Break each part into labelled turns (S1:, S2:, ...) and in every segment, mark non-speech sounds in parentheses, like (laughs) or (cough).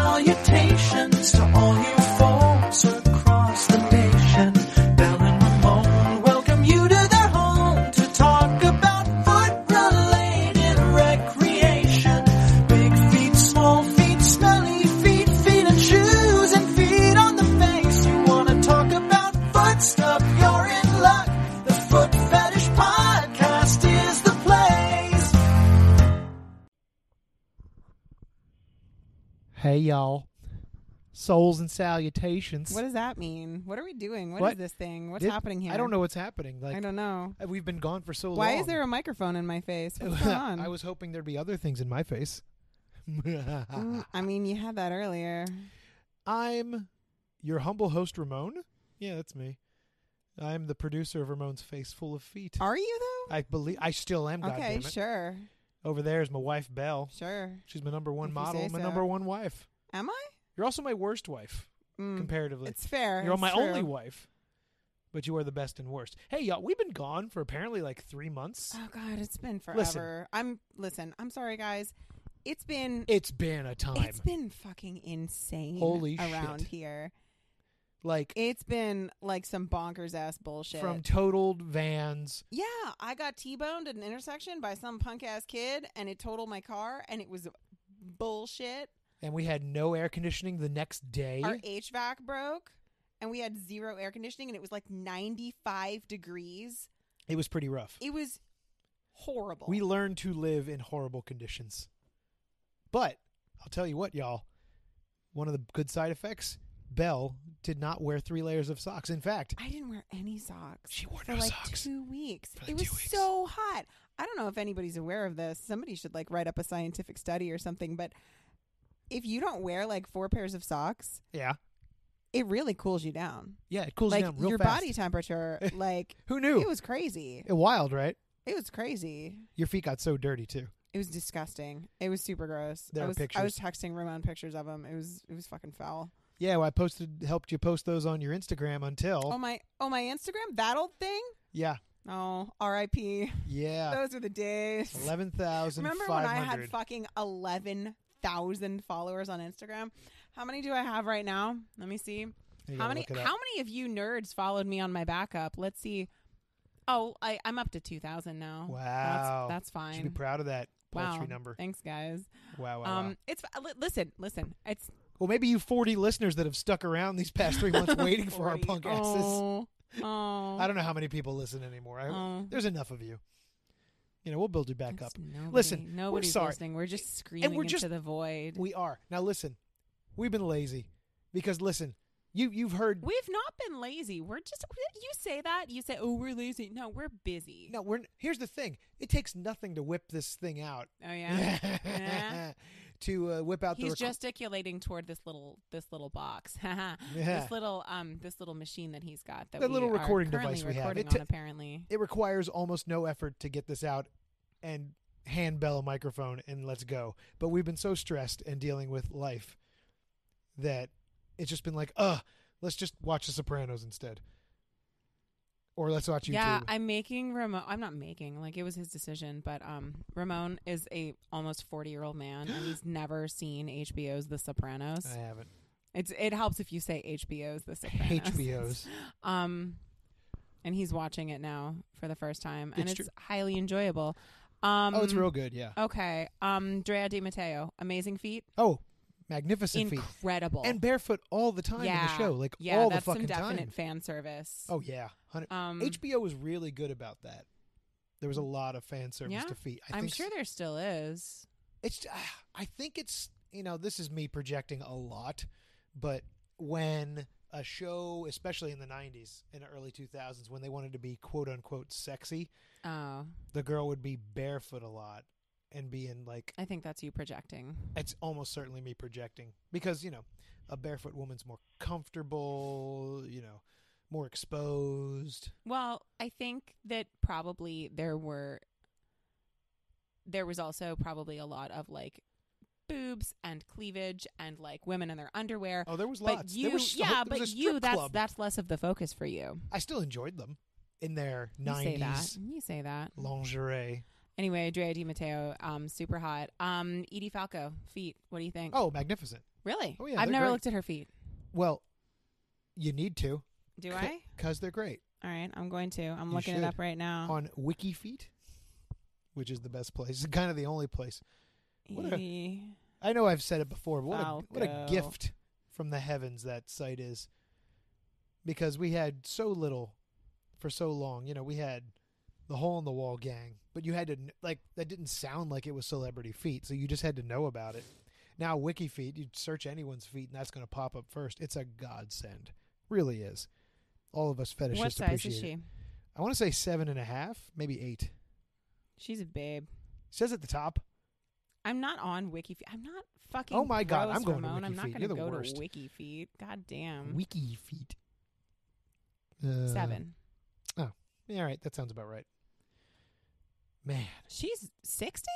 S1: Salutations to all you folks across the nation. Bell and Ramon welcome you to their home to talk about foot related recreation. Big feet, small feet, smelly feet, feet and shoes, and feet on the face. You want to talk about foot stuff? You're in luck. The Foot Fetish Podcast is the place.
S2: Hey y'all. Souls and salutations.
S3: What does that mean? What are we doing?
S2: What?
S3: what is this thing? What's
S2: Did-
S3: happening here?
S2: I don't know what's happening. Like
S3: I don't know.
S2: uh, we've been gone for so long.
S3: Why is there a microphone in my face?
S2: (laughs)
S3: What's going on?
S2: I was hoping there'd be other things in my face. (laughs)
S3: Mm, I mean, you had that earlier.
S2: I'm your humble host Ramon. Yeah, that's me. I'm the producer of Ramon's Face Full of Feet.
S3: Are you though?
S2: I believe I still am.
S3: Oh. okay,
S2: goddammit.
S3: sure,
S2: Over there is my wife Belle.
S3: sure.
S2: She's my number one
S3: If you
S2: model.
S3: say
S2: My
S3: so.
S2: number one wife.
S3: Am I?
S2: You're also my worst wife
S3: Mm,
S2: comparatively.
S3: It's fair.
S2: You're
S3: it's
S2: my
S3: true.
S2: only wife, but you are the best and worst. Hey, y'all, we've been gone for apparently like three months.
S3: Oh God, it's been forever.
S2: Listen.
S3: I'm listen. I'm sorry, guys. It's been
S2: It's been a time.
S3: it's been fucking insane.
S2: Holy
S3: around
S2: shit.
S3: here,
S2: like
S3: it's been like some bonkers ass bullshit.
S2: from totaled vans.
S3: Yeah, I got T-boned at an intersection by some punk ass kid and it totaled my car and it was bullshit.
S2: And we had no air conditioning the next day.
S3: Our HVAC broke and we had zero air conditioning and it was like 95 degrees.
S2: It was pretty rough.
S3: It was horrible.
S2: We learned to live in horrible conditions. But I'll tell you what, y'all, one of the good side effects Belle did not wear three layers of socks. In fact,
S3: I didn't wear any socks.
S2: She wore
S3: for
S2: no
S3: like
S2: socks.
S3: 2 weeks.
S2: For like
S3: it was
S2: two weeks.
S3: so hot. I don't know if anybody's aware of this. Somebody should like write up a scientific study or something, but if you don't wear like four pairs of socks,
S2: yeah.
S3: it really cools you down.
S2: Yeah, it cools
S3: like
S2: down real
S3: your
S2: fast.
S3: body temperature
S2: (laughs)
S3: like
S2: Who knew?
S3: it was crazy
S2: Wild, right?
S3: it was crazy
S2: Your feet got so dirty, too.
S3: it was disgusting it was super gross
S2: There
S3: I
S2: are
S3: was
S2: pictures.
S3: i was texting ramon pictures of him it was it was fucking foul
S2: Yeah, well, I posted, helped you post those on your Instagram until.
S3: oh, my oh my instagram that old thing
S2: yeah,
S3: oh r.i.p
S2: yeah.
S3: those were the days
S2: Eleven thousand
S3: remember
S2: five
S3: when i had
S2: hundred.
S3: fucking 11000 followers on instagram how many do i have right now let me see
S2: You
S3: how
S2: gotta
S3: many
S2: look it up.
S3: how many of you nerds followed me on my backup let's see oh I, i'm up to 2000 now
S2: Wow.
S3: that's, that's fine
S2: Should be proud of that poultry
S3: wow.
S2: number.
S3: Thanks, guys.
S2: Wow, wow, wow.
S3: um, it's li- listen, listen. It's
S2: (laughs) Well, maybe you forty listeners that have stuck around these past three
S3: (laughs)
S2: months waiting for our
S3: 40.
S2: punk asses.
S3: Oh, oh,
S2: (laughs) I don't know how many people listen anymore. I,
S3: Oh.
S2: There's enough of you. You know, we'll build you back up.
S3: There's Nobody,
S2: Listen, we're
S3: nobody's
S2: sorry.
S3: listening. We're just screaming
S2: we're just-
S3: into the void.
S2: We are now. Listen, we've been lazy because listen, you you've heard.
S3: We, have not been lazy. We're just. You say that. You say, "Oh, we're lazy." No, we're busy.
S2: no, we're here's the thing. It takes nothing to whip this thing out.
S3: Oh
S2: (laughs)
S3: yeah. Yeah.
S2: to uh, whip out the
S3: He's
S2: rec-
S3: gesticulating toward this little this little box. (laughs) Haha.
S2: Yeah.
S3: This little um this little machine that he's got that
S2: The
S3: we
S2: little
S3: are
S2: recording
S3: currently
S2: device we have.
S3: recording
S2: It ta-
S3: on, apparently.
S2: it requires almost no effort to get this out and hand bell a microphone and let's go. But we've been so stressed and dealing with life that it's just been like, ugh, let's just watch The Sopranos instead. Or let's watch YouTube.
S3: Yeah, I'm making Ramon. I'm not making like it was his decision, but um, Ramon is a almost 40 year old man, and
S2: (gasps)
S3: he's never seen HBO's The Sopranos.
S2: I haven't.
S3: It's it helps if you say HBO's The Sopranos. (laughs)
S2: (laughs) HBO's.
S3: Um, and he's watching it now for the first time, and
S2: It's
S3: it's,
S2: true.
S3: highly enjoyable. Um,
S2: oh, it's real good, yeah.
S3: Okay, um, Drea Di Matteo, amazing feat,
S2: Oh, magnificent feet.
S3: incredible,
S2: And barefoot all the time in
S3: yeah,
S2: the show. Like
S3: yeah,
S2: all the
S3: that's
S2: fucking
S3: some definite
S2: time.
S3: fan service.
S2: Oh yeah. 100
S3: um,
S2: HBO was really good about that. There was a lot of fan service
S3: Yeah,
S2: to feet. I
S3: I'm
S2: think
S3: sure there still is.
S2: it's ah, i think it's you know this is me projecting a lot but when a show especially in the 90s and early 2000s when they wanted to be quote unquote sexy
S3: Oh,
S2: the girl would be barefoot a lot and be in like
S3: I think that's you projecting.
S2: it's almost certainly me projecting because you know a barefoot woman's more comfortable you know more exposed
S3: Well, I think that probably there were there was also probably a lot of like boobs and cleavage and like women in their underwear.
S2: oh there was
S3: but
S2: lots
S3: you
S2: there was a whole-
S3: yeah,
S2: there was
S3: but
S2: a
S3: you
S2: strip
S3: that's
S2: club.
S3: that's less of the focus for you.
S2: i still enjoyed them in their
S3: You say that.
S2: 90s
S3: You say that.
S2: lingerie
S3: Anyway, Drea Di Matteo, um, super hot. Um, Edie Falco, feet. What do you think?
S2: Oh, magnificent.
S3: really?
S2: oh, yeah,
S3: I've
S2: they're
S3: never
S2: great.
S3: looked at her feet.
S2: Well, you need to
S3: Do
S2: Cool.
S3: I?
S2: because they're great
S3: All right, I'm going to. I'm
S2: You
S3: looking
S2: should.
S3: it up right now.
S2: on Wiki Feet, which is the best place. (laughs) It's kind of the only place. what a-
S3: Edie
S2: I know I've said it before, but what a, what a
S3: Falco.
S2: gift from the heavens that site is. Because we had so little for so long. You know, we had the hole in the wall gang, but you had to, kn- like, that didn't sound like it was celebrity feet, so you just had to know about it. Now, Wiki Feet, you search anyone's feet, and that's going to pop up first. It's a godsend. Really is. All of us fetishists
S3: what size
S2: appreciate
S3: is
S2: it.
S3: she?
S2: I want to say seven and a half, maybe eight. It
S3: She's a babe.
S2: says at the top.
S3: I'm not on Wiki Feet. I'm not fucking.
S2: Oh my God,
S3: gross,
S2: I'm going to
S3: Ramon. I'm
S2: Wiki
S3: not
S2: Feet.
S3: gonna
S2: You're the
S3: go
S2: worst.
S3: to Wiki Feet. God damn.
S2: Wiki feet. Uh,
S3: Mm. Seven.
S2: Yeah, all right, that sounds about right. Man,
S3: She's sixty.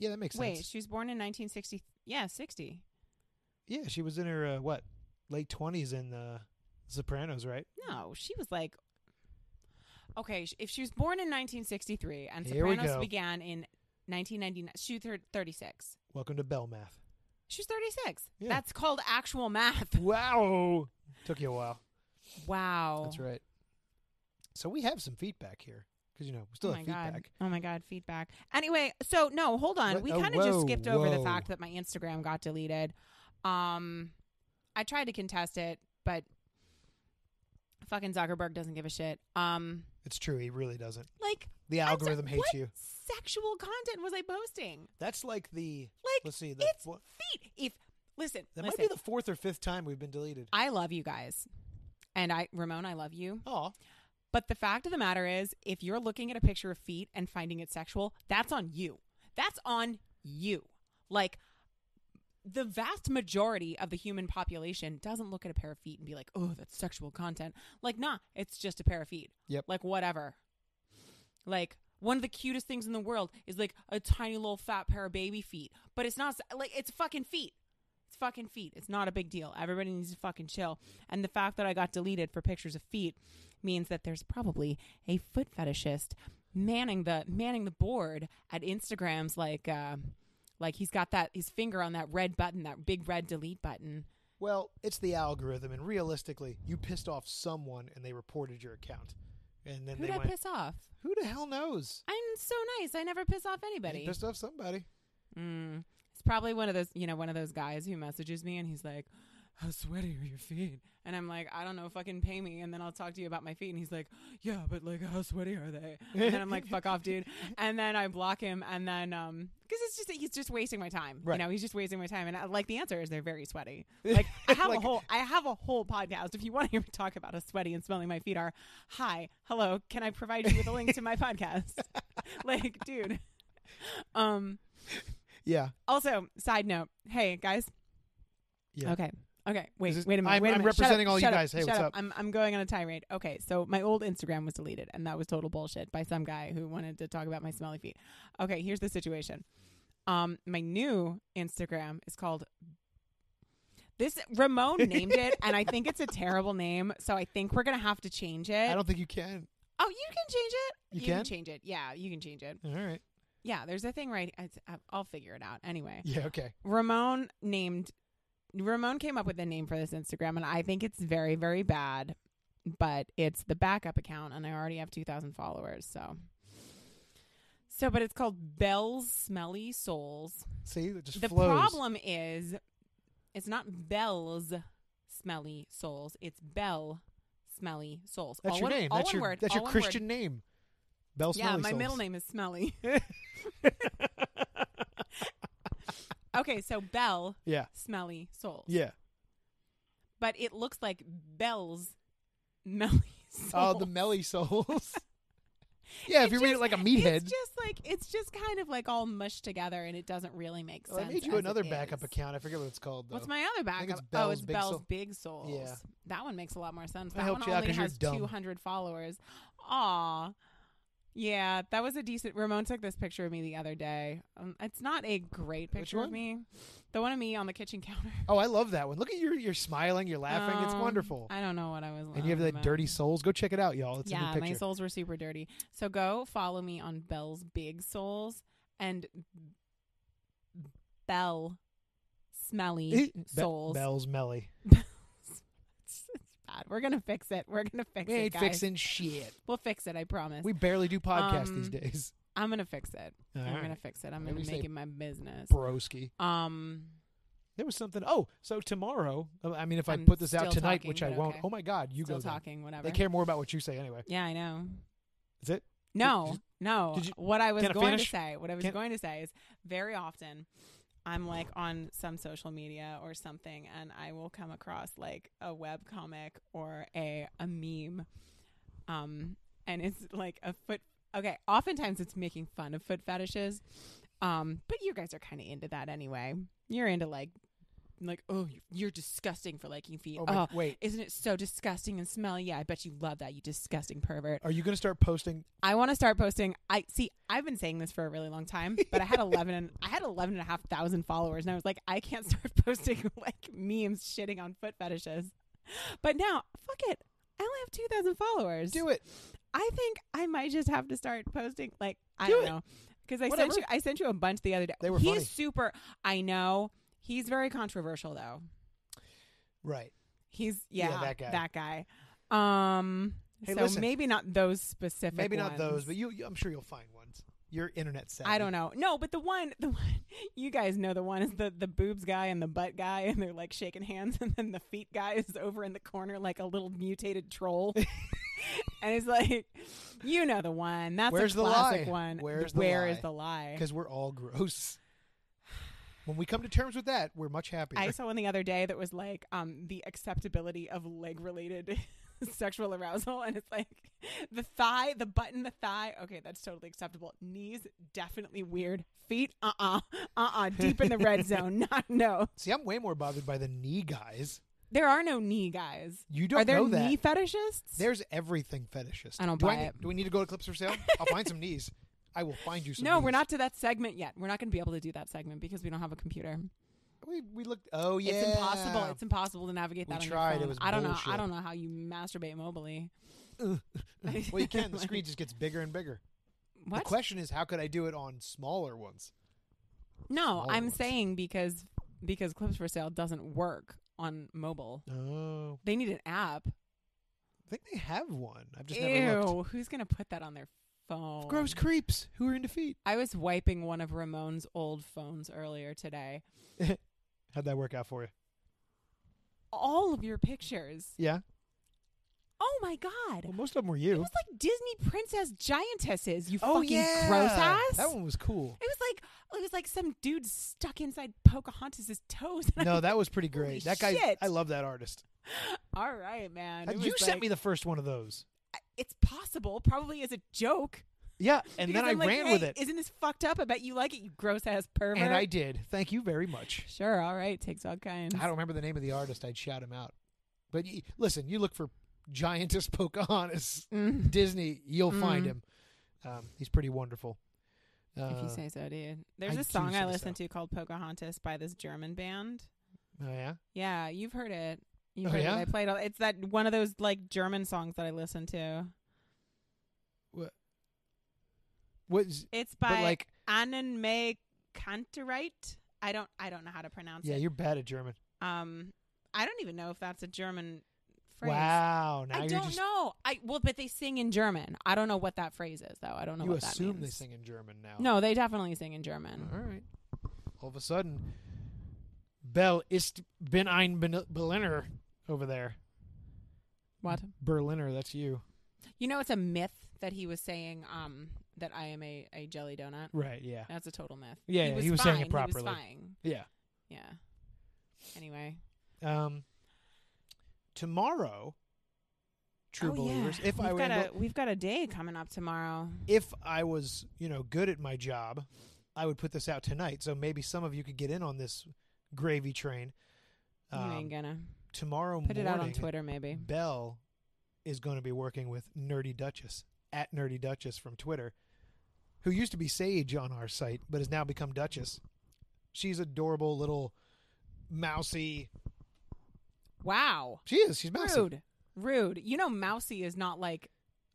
S2: yeah, that makes
S3: Wait,
S2: sense.
S3: she was born in 1960. Yeah, 60.
S2: Yeah, she was in her uh, what late twenties in uh, Sopranos, right?
S3: No, she was like. Okay, sh- if she was born in 1963 and
S2: Here we
S3: Sopranos
S2: go.
S3: began in 1999, she was thir- 36.
S2: Welcome to Bell Math.
S3: She's 36.
S2: Yeah.
S3: That's called actual math. (laughs)
S2: Wow, took you a while.
S3: Wow.
S2: That's right. So we have some feedback here because you know we still
S3: oh my
S2: have
S3: god!
S2: feedback.
S3: Oh my god! Feedback. Anyway, so no, hold on.
S2: What-
S3: We
S2: oh,
S3: kind of just
S2: whoa,
S3: skipped over the
S2: whoa.
S3: fact that my Instagram got deleted. Um, I tried to contest it, but fucking Zuckerberg doesn't give a shit. Um,
S2: It's true. He really doesn't.
S3: like
S2: The
S3: I'm so-
S2: algorithm hates
S3: what
S2: you.
S3: Sexual content was I posting?
S2: That's like the
S3: Like
S2: let's see the
S3: it's
S2: fo-
S3: feet. If listen,
S2: that
S3: listen.
S2: might be the fourth or fifth time we've been deleted.
S3: I love you guys, and I Ramon, I love you.
S2: Oh,
S3: But the fact of the matter is, if you're looking at a picture of feet and finding it sexual, that's on you. That's on you. Like the vast majority of the human population doesn't look at a pair of feet and be like, "Oh, that's sexual content." Like, nah, it's just a pair of feet.
S2: Yep.
S3: Like whatever. Like one of the cutest things in the world is like a tiny little fat pair of baby feet, but it's not like it's fucking feet. It's fucking feet. It's not a big deal. Everybody needs to fucking chill. And the fact that I got deleted for pictures of feet means that there's probably a foot fetishist manning the manning the board at Instagram's like uh, like he's got that his finger on that red button, that big red delete button.
S2: Well, it's the algorithm, and realistically, you pissed off someone, and they reported your account, and then
S3: Who
S2: they
S3: did I
S2: went,
S3: piss off?
S2: "Who the hell knows?"
S3: I'm so nice. I never piss off
S2: You
S3: anybody.
S2: pissed off somebody. (laughs)
S3: Mm. It's probably one of those, you know, one of those guys who messages me and he's like, "How sweaty are your feet?" And I'm like, "I don't know, fucking pay me, and then I'll talk to you about my feet." And he's like, "Yeah, but like, how sweaty are they?" And then I'm like, "Fuck off,
S2: (laughs)
S3: dude." And then I block him, and then um, because it's just he's just wasting my time.
S2: Right.
S3: You know, he's just wasting my time. And I, like the answer is they're
S2: (laughs)
S3: very sweaty. Like I have
S2: Like-
S3: a whole I have a whole podcast. If you want to hear me talk about how sweaty and smelly my feet are, hi, hello, can I provide you with a
S2: (laughs)
S3: link to my podcast? like, dude. Um.
S2: Yeah,
S3: Also, side note, hey guys.
S2: Yeah.
S3: Okay. Okay. Wait.
S2: This is-
S3: Wait a minute.
S2: I'm-
S3: wait a
S2: I'm
S3: minute. Shut up,
S2: representing all you
S3: shut up,
S2: guys. Hey,
S3: shut
S2: what's up?
S3: I'm I'm going on a tirade. Okay. So my old Instagram was deleted, and that was total bullshit by some guy who wanted to talk about my smelly feet. Okay. Here's the situation. Um, my new Instagram is called. This
S2: (laughs)
S3: Ramon named it, and I think it's a terrible name, so I think we're gonna have to change it.
S2: I don't think you can.
S3: oh, you can change it.
S2: You
S3: can?
S2: can?
S3: change it. Yeah, you can change it.
S2: All right.
S3: Yeah, there's a thing right. It's, uh, I'll figure it out anyway.
S2: Yeah. Okay.
S3: Ramon named Ramon came up with a name for this Instagram and I think it's very very bad, but it's the backup account and I already have 2000 followers, so so but it's called Bell's Smelly Souls.
S2: See, it just
S3: the
S2: flows.
S3: problem is it's not Bell's Smelly Souls, it's Bell Smelly Souls.
S2: That's
S3: all
S2: your
S3: one,
S2: name.
S3: All
S2: That's
S3: one
S2: your
S3: word.
S2: that's
S3: all
S2: your
S3: one
S2: Christian
S3: Word.
S2: name. Bell
S3: Yeah,
S2: Smelly
S3: my
S2: Souls.
S3: middle name is Smelly. (laughs) okay, so Bell
S2: (laughs) Yeah.
S3: Smelly Souls. (laughs)
S2: Yeah.
S3: but it looks like Bell's Melly (laughs) Souls.
S2: Oh, the Melly Souls. (laughs)
S3: (laughs)
S2: yeah, if
S3: It
S2: you read it
S3: just- (laughs)
S2: like a meathead.
S3: It's just like it's just kind of like all mushed together, and it doesn't really make sense.
S2: Well, Oh, I made
S3: as
S2: you
S3: it
S2: another
S3: is.
S2: backup account. I forget what it's called though.
S3: What's my other
S2: think it's
S3: backup? oh,
S2: Bell's
S3: it's
S2: Big
S3: Bell's
S2: Soul-
S3: Big Souls.
S2: Yeah.
S3: that one makes a lot more sense.
S2: I
S3: That
S2: helped
S3: one
S2: you out
S3: only
S2: 'cause you're
S3: has
S2: dumb.
S3: 200 followers. Aw, Yeah, that was a decent. Ramon took this picture of me the other day. Um, it's not a great
S2: Which
S3: picture of
S2: one?
S3: me. The one of me on the kitchen counter.
S2: Oh, I love that one. Look at your you're smiling, you're laughing. it's
S3: Um,
S2: wonderful.
S3: I don't know what I was.
S2: and you have
S3: laughing
S2: that
S3: about.
S2: dirty souls. Go check it out, y'all. It's
S3: yeah,
S2: in the
S3: my
S2: picture.
S3: souls were super dirty. So go follow me on Bell's Big Souls and Bell Smelly
S2: (laughs) (laughs) Be-
S3: Souls.
S2: Bell's Melly.
S3: It's, it's bad. We're gonna fix it. We're gonna fix
S2: We
S3: it,
S2: ain't
S3: guys.
S2: fixing
S3: (laughs)
S2: shit.
S3: We'll fix it. I promise.
S2: We barely do podcasts these
S3: Um,
S2: days.
S3: I'm gonna fix it.
S2: All
S3: I'm
S2: right.
S3: gonna fix it. I'm
S2: Whatever
S3: gonna
S2: you
S3: make
S2: say.
S3: it my business.
S2: Broski.
S3: Um.
S2: There was something. Oh, so tomorrow. uh, I mean, if i
S3: I'm
S2: put this out
S3: still
S2: tonight,
S3: talking,
S2: which I
S3: but
S2: won't.
S3: okay.
S2: Oh my God, you
S3: still
S2: go. then.
S3: talking. Whatever.
S2: They care more about what you say anyway.
S3: Yeah, I know.
S2: Is it?
S3: No,
S2: did you-
S3: no.
S2: did you-
S3: what I was
S2: Can I
S3: going to
S2: finish?
S3: say, what I was
S2: Can-
S3: going to say is very often I'm like on some social media or something and I will come across like a web comic or a a meme um and it's like a foot okay, oftentimes it's making fun of foot fetishes. Um but you guys are kind of into that anyway. You're into like like oh you're- you're disgusting for liking feet.
S2: Oh, my,
S3: Oh,
S2: wait.
S3: isn't it so disgusting and smelly? Yeah, I bet you love that, you disgusting pervert.
S2: Are you going to start posting?
S3: I want to start posting. I see. I've been saying this for a really long time, but
S2: (laughs)
S3: I had eleven. And, I had eleven and a half thousand followers, and I was like, I can't start (laughs) posting like memes shitting on foot fetishes. But now, fuck it. I only have two thousand followers.
S2: Do it.
S3: I think I might just have to start posting. Like I
S2: Do
S3: don't
S2: it.
S3: know because I
S2: Whatever.
S3: sent you. I sent you a bunch the other day.
S2: They were
S3: He's
S2: funny.
S3: super. I know. He's very controversial though.
S2: Right.
S3: He's yeah,
S2: Yeah, that guy.
S3: That guy. Um.
S2: Hey,
S3: so
S2: listen.
S3: maybe not those specific.
S2: Maybe not
S3: ones.
S2: those, but you, you- I'm sure you'll find ones. Your internet savvy.
S3: I don't know. No, but the one, the one (laughs) you guys know, the one is the the boobs guy and the butt guy, and they're like shaking hands, (laughs) and then the feet guy is over in the corner like a little
S2: (laughs)
S3: mutated troll, and it's like, you know the one. That's
S2: Where's
S3: a
S2: the
S3: classic
S2: lie?
S3: one.
S2: Where's the
S3: Where
S2: lie?
S3: is the lie?
S2: Because we're all gross. When we come to terms with that, we're much happier.
S3: I saw one the other day that was like um the acceptability of leg related (laughs) sexual arousal and it's like the thigh, the button, the thigh, okay, that's totally acceptable. Knees definitely weird. Feet, uh uh-uh, uh, deep in the
S2: (laughs)
S3: red zone. Not no.
S2: See, I'm way more bothered by the knee guys.
S3: There are no knee guys.
S2: You don't
S3: are there
S2: know that.
S3: knee fetishists?
S2: There's everything fetishist.
S3: I don't
S2: do
S3: buy
S2: need-
S3: it.
S2: Do we need to go to Clips for
S3: (laughs)
S2: Sale? I'll find some knees. I will find you some.
S3: no, we're
S2: knees.
S3: not to that segment yet. We're not going to be able to do that segment because we don't have a computer.
S2: We we looked. Oh yeah,
S3: It's impossible. It's impossible to navigate
S2: We
S3: that. on your
S2: tried. It
S3: phone.
S2: was
S3: I don't know. I
S2: bullshit.
S3: don't know how you masturbate mobily.
S2: (laughs)
S3: (laughs)
S2: well, you can. The
S3: Like,
S2: screen just gets bigger and bigger.
S3: What?
S2: The question is, how could I do it on smaller ones?
S3: No,
S2: smaller
S3: I'm
S2: ones.
S3: saying because because clips for sale doesn't work on mobile.
S2: Oh,
S3: They need an app.
S2: I think they have one. I've just never looked.
S3: Ew, who's gonna put that on their phone?
S2: Gross creeps who are in defeat.
S3: I was wiping one of Ramon's old phones earlier today.
S2: How'd that work out for you?
S3: All of your pictures.
S2: Yeah.
S3: Oh my god!
S2: Well, most of them were
S3: It
S2: you.
S3: was like Disney princess giantesses. You
S2: oh
S3: fucking
S2: yeah,
S3: gross ass.
S2: That one was cool.
S3: (laughs) It was like it was like some dude stuck inside Pocahontas's toes. (laughs) And
S2: No,
S3: I'm
S2: that was pretty
S3: Holy
S2: great. That guy,
S3: shit.
S2: I love that artist.
S3: all right, man.
S2: Uh,
S3: It
S2: You
S3: was
S2: sent
S3: like,
S2: me the first one of those.
S3: It's possible, probably as a joke.
S2: Yeah, and
S3: Because
S2: then I
S3: I'm like,
S2: ran
S3: "Hey,
S2: with it,
S3: Isn't this fucked up? I bet you like it, you gross ass pervert.
S2: and I did. Thank you very much.
S3: sure, all right, takes all kinds.
S2: I don't remember the name of the artist. I'd shout him out. But y listen, you look for Giantess (laughs) Pocahontas
S3: (laughs) Mm,
S2: Disney, you'll find
S3: Mm.
S2: him. Um, he's pretty wonderful. Uh,
S3: if you say so, dude. There's
S2: I
S3: a
S2: do
S3: song I
S2: say
S3: listen to called Pocahontas by this German band.
S2: oh yeah,
S3: Yeah, you've heard it. You've
S2: Oh,
S3: heard
S2: yeah?
S3: it. I played all. It's that one of those like German songs that I listen to.
S2: what? Is,
S3: It's
S2: but
S3: by
S2: like,
S3: Annen May Kantereit. I don't. I don't know how to pronounce
S2: yeah,
S3: it.
S2: you're bad at German.
S3: Um, I don't even know if that's a German phrase.
S2: Wow, now
S3: I
S2: you're
S3: don't
S2: just
S3: know. I well, but they sing in German. I don't know what that phrase is though. I don't know
S2: you
S3: what that
S2: assume they
S3: means.
S2: sing Uh-huh. in German now.
S3: No, they definitely sing in German.
S2: all right. All of a sudden, Bell ist bin ein Ben- Berliner over there.
S3: What?
S2: Berliner, that's you,
S3: You know, it's a myth that he was saying um, that I am a, a jelly donut.
S2: right? Yeah,
S3: That's a total myth.
S2: Yeah,
S3: he
S2: yeah,
S3: was,
S2: he was
S3: fine.
S2: saying it
S3: He
S2: properly.
S3: was fine.
S2: yeah.
S3: Yeah. Anyway,
S2: Um, tomorrow, true
S3: oh,
S2: believers.
S3: Yeah.
S2: If
S3: we've
S2: I were
S3: got
S2: able-
S3: a, we've got a day coming up tomorrow.
S2: if I was, you know, good at my job, I would put this out tonight. So maybe some of you could get in on this gravy train.
S3: you ain't gonna
S2: tomorrow
S3: put
S2: Um, morning,
S3: it out on Twitter, maybe.
S2: Bell is going to be working with Nerdy Duchess. at Nerdy Duchess from Twitter, who used to be Sage on our site, but has now become Duchess. She's adorable little mousy.
S3: Wow.
S2: She is. She's mousy.
S3: Rude. Rude. You know, mousy is not like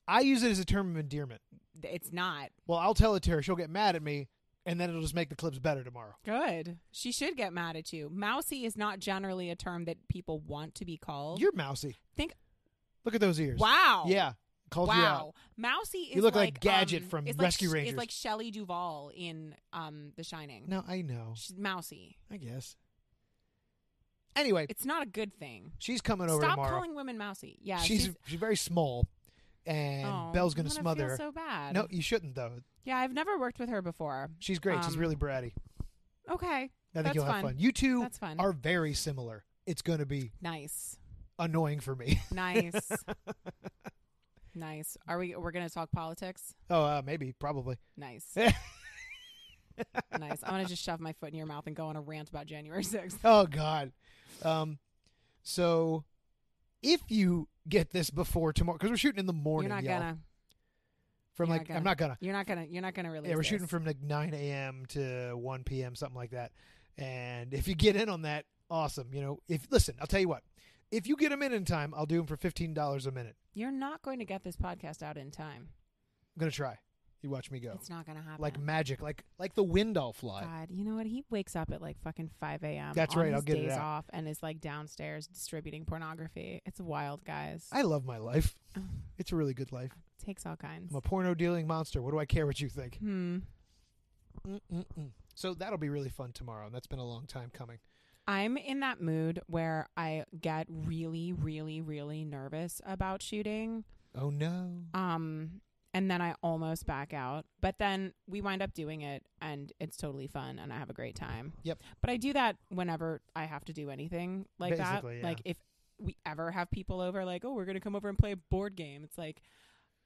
S2: I use it as a term of endearment.
S3: it's not
S2: Well, I'll tell it to her. She'll get mad at me, and then it'll just make the clips better tomorrow.
S3: good. She should get mad at you. Mousy is not generally a term that people want to be called.
S2: You're mousy.
S3: Think-
S2: Look at those ears.
S3: wow.
S2: Yeah. Called you out.
S3: Wow. Mousy is
S2: You look like
S3: like,
S2: Gadget
S3: um,
S2: from
S3: is
S2: Rescue
S3: like,
S2: Rangers.
S3: It's like Shelley Duvall in um The Shining.
S2: No, I know.
S3: She's mousy.
S2: I guess. Anyway,
S3: It's not a good thing.
S2: she's coming over
S3: Stop
S2: tomorrow.
S3: calling women mousy. Yeah.
S2: she's, she's very small, and
S3: oh,
S2: Belle's gonna
S3: I'm
S2: smother.
S3: Feel
S2: her.
S3: so bad.
S2: no, you shouldn't though.
S3: Yeah, I've never worked with her before.
S2: She's great. she's
S3: Um,
S2: really bratty.
S3: Okay.
S2: I think
S3: that's
S2: you'll have
S3: fun.
S2: fun. You two
S3: That's fun.
S2: are very similar. It's going to be
S3: Nice.
S2: annoying for me. (laughs)
S3: Nice. nice. Are we we're going to talk politics?
S2: oh, uh, maybe, probably. (laughs)
S3: Nice. nice. I'm going to just shove my foot in your mouth and go on a rant about January (laughs) 6th.
S2: (laughs) Oh God. Um. So, if you get this before tomorrow, because we're shooting in the morning,
S3: you're not
S2: y'all,
S3: going to
S2: from
S3: you're
S2: like
S3: not
S2: I'm not gonna.
S3: You're not going to you're not going to release
S2: Yeah, we're
S3: this.
S2: shooting from like 9 a.m. to 1 p.m. something like that. And if you get in on that, awesome. You know, if listen, I'll tell you what. If you get them in in time, I'll do them for fifteen dollars a minute.
S3: You're not going to get this podcast out in time.
S2: I'm gonna try. You watch me go
S3: It's not going to happen.
S2: like magic, like like the wind. I'll fly.
S3: God, you know what? He wakes up at like fucking 5 a.m.
S2: That's
S3: on
S2: right,
S3: His
S2: I'll get it
S3: days
S2: out.
S3: off and is like downstairs distributing pornography. It's wild, guys.
S2: I love my life. It's a really good life.
S3: Takes all kinds.
S2: I'm a porno dealing monster. What do I care what you think?
S3: hmm.
S2: Mm-mm-mm. So that'll be really fun tomorrow, and that's been a long time coming.
S3: I'm in that mood where I get really, really, really nervous about shooting.
S2: Oh no!
S3: Um, and then I almost back out, but then we wind up doing it and it's totally fun and I have a great time.
S2: Yep.
S3: But I do that whenever I have to do anything like
S2: Basically,
S3: that.
S2: yeah.
S3: Like if we ever have people over, like, oh, we're going to come over and play a board game. It's like,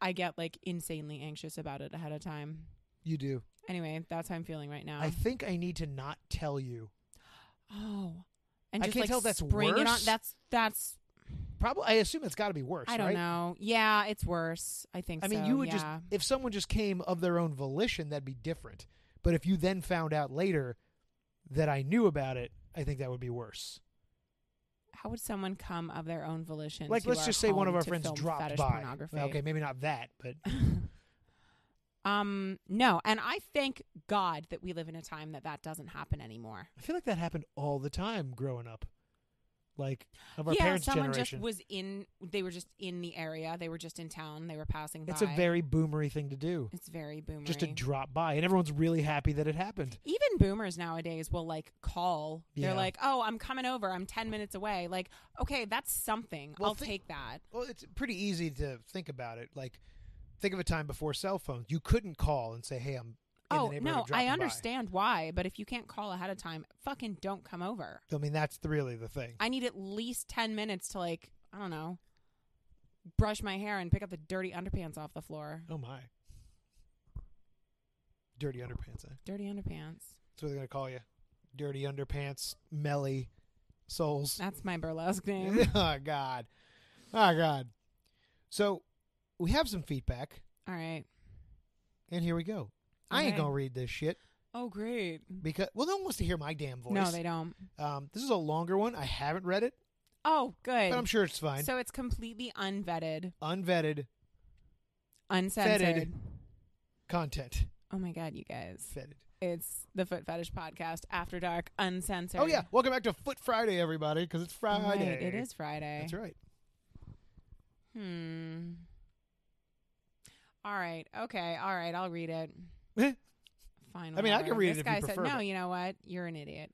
S3: I get like insanely anxious about it ahead of time.
S2: You do.
S3: Anyway, that's how I'm feeling right now.
S2: I think I need to not tell you.
S3: oh, and
S2: I
S3: just
S2: can't
S3: like
S2: tell if that's
S3: spring it on.
S2: worse.
S3: That's that's
S2: Probably. I assume it's got to be worse.
S3: I don't
S2: right?
S3: know. Yeah, it's worse. I think.
S2: I mean,
S3: so,
S2: you would
S3: yeah.
S2: just if someone just came of their own volition, that'd be different. But if you then found out later that I knew about it, I think that would be worse.
S3: How would someone come of their own volition?
S2: Like,
S3: to
S2: let's
S3: our
S2: just say one
S3: home
S2: of our
S3: to
S2: friends
S3: film
S2: dropped
S3: fetish
S2: by.
S3: Pornography.
S2: Well, Okay, maybe not that, but
S3: (laughs) um. No, and I thank God that we live in a time that that doesn't happen anymore.
S2: I feel like that happened all the time growing up, like of our
S3: yeah,
S2: parents'
S3: someone
S2: generation.
S3: just was in. They were just in the area. They were just in town. They were passing by.
S2: it's a very boomery thing to do,
S3: It's very boomer.
S2: just to drop by, and everyone's really happy that it happened.
S3: even boomers nowadays will like call.
S2: Yeah.
S3: They're like, "Oh, I'm coming over. I'm ten minutes away." Like, okay, that's something.
S2: Well,
S3: I'll
S2: thi-
S3: take that.
S2: Well, it's pretty easy to think about it. Like, think of a time before cell phones. You couldn't call and say, "Hey, I'm." In
S3: Oh
S2: the neighborhood
S3: no,
S2: dropping
S3: I
S2: by."
S3: understand why, but if you can't call ahead of time, fucking don't come over.
S2: I mean, that's the, really the thing.
S3: I need at least ten minutes to like, I don't know, brush my hair and pick up the dirty underpants off the floor.
S2: Oh my, dirty underpants. Eh?
S3: Dirty underpants.
S2: That's what they're gonna call you. Dirty underpants, melly, souls.
S3: That's my
S2: (laughs)
S3: burlesque name.
S2: oh God, oh God. So we have some feedback,
S3: All right.
S2: and here we go. I ain't
S3: Okay.
S2: gonna read this shit
S3: Oh great.
S2: because well, no one wants to hear my damn voice.
S3: No, they don't.
S2: Um, this is a longer one. I haven't read it,
S3: Oh, good.
S2: but I'm sure it's fine.
S3: So it's completely unvetted,
S2: Unvetted
S3: uncensored.
S2: content.
S3: Oh my god, you guys.
S2: Fetid.
S3: It's the Foot Fetish Podcast After Dark Uncensored.
S2: Oh yeah, welcome back to Foot Friday, everybody, because it's
S3: Right,
S2: Friday.
S3: It is Friday.
S2: That's right.
S3: Hmm. All right. Okay. All right. I'll
S2: (laughs)
S3: read it.
S2: Eh.
S3: Fine.
S2: I mean, I
S3: whatever.
S2: can read it
S3: this
S2: if you
S3: guy
S2: prefer,
S3: Said, no,
S2: but-
S3: you know what? You're an idiot.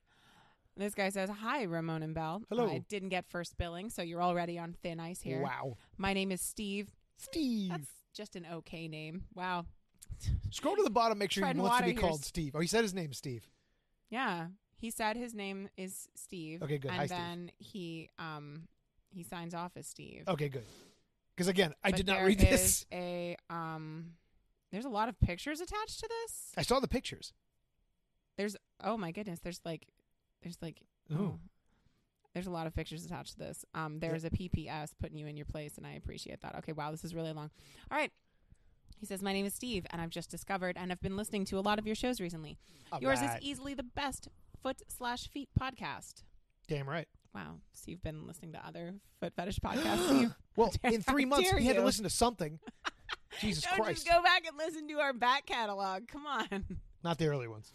S3: This guy says, "Hi, Ramon and Bell.
S2: Hello.
S3: I didn't get first billing, so you're already on thin ice here.
S2: Wow,
S3: My name is Steve.
S2: Steve.
S3: That's just an okay name. Wow.
S2: Scroll to the bottom, make sure he
S3: Tread
S2: wants to
S3: water
S2: be
S3: here,
S2: called
S3: s-
S2: Steve. Oh, he said his name's Steve.
S3: Yeah. He said his name is Steve.
S2: Okay, good.
S3: And
S2: Hi, Steve.
S3: then he um he signs off as Steve.
S2: Okay, good. Because again, Oh, I
S3: But
S2: did not
S3: there
S2: read
S3: is
S2: this.
S3: A um, there's a lot of pictures attached to this.
S2: I saw the pictures.
S3: There's oh my goodness. There's like, there's like
S2: Ooh.
S3: oh, there's a lot of pictures attached to this. Um, there's a PPS putting you in your place, and I appreciate that. Okay, wow, this is really long. All right. He says, My name is Steve, and I've just discovered and have been listening to a lot of your shows recently. Yours
S2: Alright.
S3: is e- easily the best foot slash feet podcast.
S2: Damn right.
S3: Wow. So you've been listening to other foot fetish
S2: (gasps)
S3: podcasts. and you-
S2: Well,
S3: (laughs) How
S2: in three months,
S3: dare
S2: he had to
S3: you.
S2: listen to
S3: (laughs)
S2: something. Jesus
S3: Don't
S2: Christ.
S3: just go back and listen to our back catalog. Come on.
S2: Not the early ones.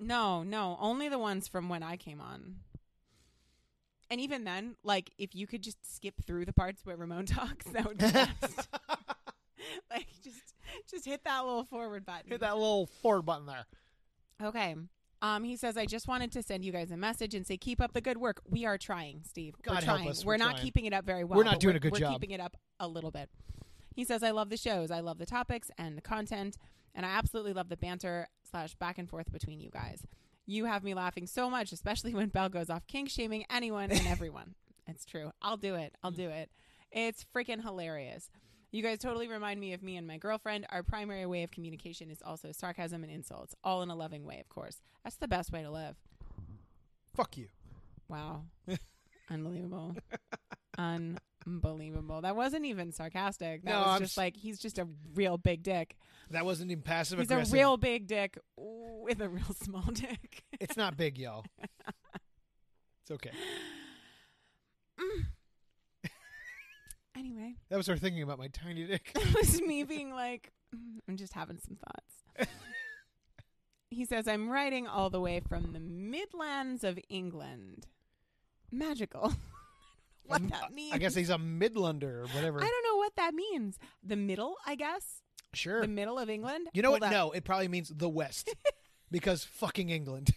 S3: No, no, only the ones from when I came on. And even then, like if you could just skip through the parts where Ramon (laughs) talks, that would be best. like just just hit that little forward
S2: (laughs)
S3: button.
S2: Hit that little forward button there.
S3: Okay. Um, he says, I just wanted to send you guys a message and say, keep up the good work. We are trying, Steve. we're
S2: God help
S3: trying.
S2: us,
S3: We're,
S2: we're
S3: not
S2: trying.
S3: keeping it up very well.
S2: We're not
S3: but
S2: doing a good
S3: we're
S2: job.
S3: keeping it up a little bit. He says, I love the shows. I love the topics and the content. And I absolutely love the banter slash back and forth between you guys. You have me laughing so much, especially when Belle goes off kink shaming
S2: (laughs)
S3: anyone and everyone. It's true. I'll do it. I'll do it. It's freaking hilarious. You guys totally remind me of me and my girlfriend. Our primary way of communication is also sarcasm and insults, all in a loving way, of course. That's the best way to live.
S2: Fuck you. (laughs)
S3: Wow. Unbelievable. Unbelievable. That wasn't even sarcastic. That
S2: No,
S3: was
S2: I'm
S3: just
S2: s-
S3: like he's just a real big dick.
S2: That wasn't even passive
S3: He's a
S2: aggressive.
S3: real big dick with a real (laughs) small dick.
S2: It's not big, y'all. It's okay.
S3: anyway, (laughs)
S2: That was her thinking about my tiny dick.
S3: it was me being like, "Mm, I'm just having some thoughts.
S2: (laughs)
S3: he says, I'm writing all the way from the Midlands of England. Magical. (laughs) what
S2: Um,
S3: that means.
S2: I guess he's a Midlander or whatever.
S3: I don't know what that means. The middle, I guess.
S2: sure.
S3: The middle of England.
S2: You know
S3: Hold
S2: what?
S3: up.
S2: No, it probably means the
S3: (laughs)
S2: West because fucking England.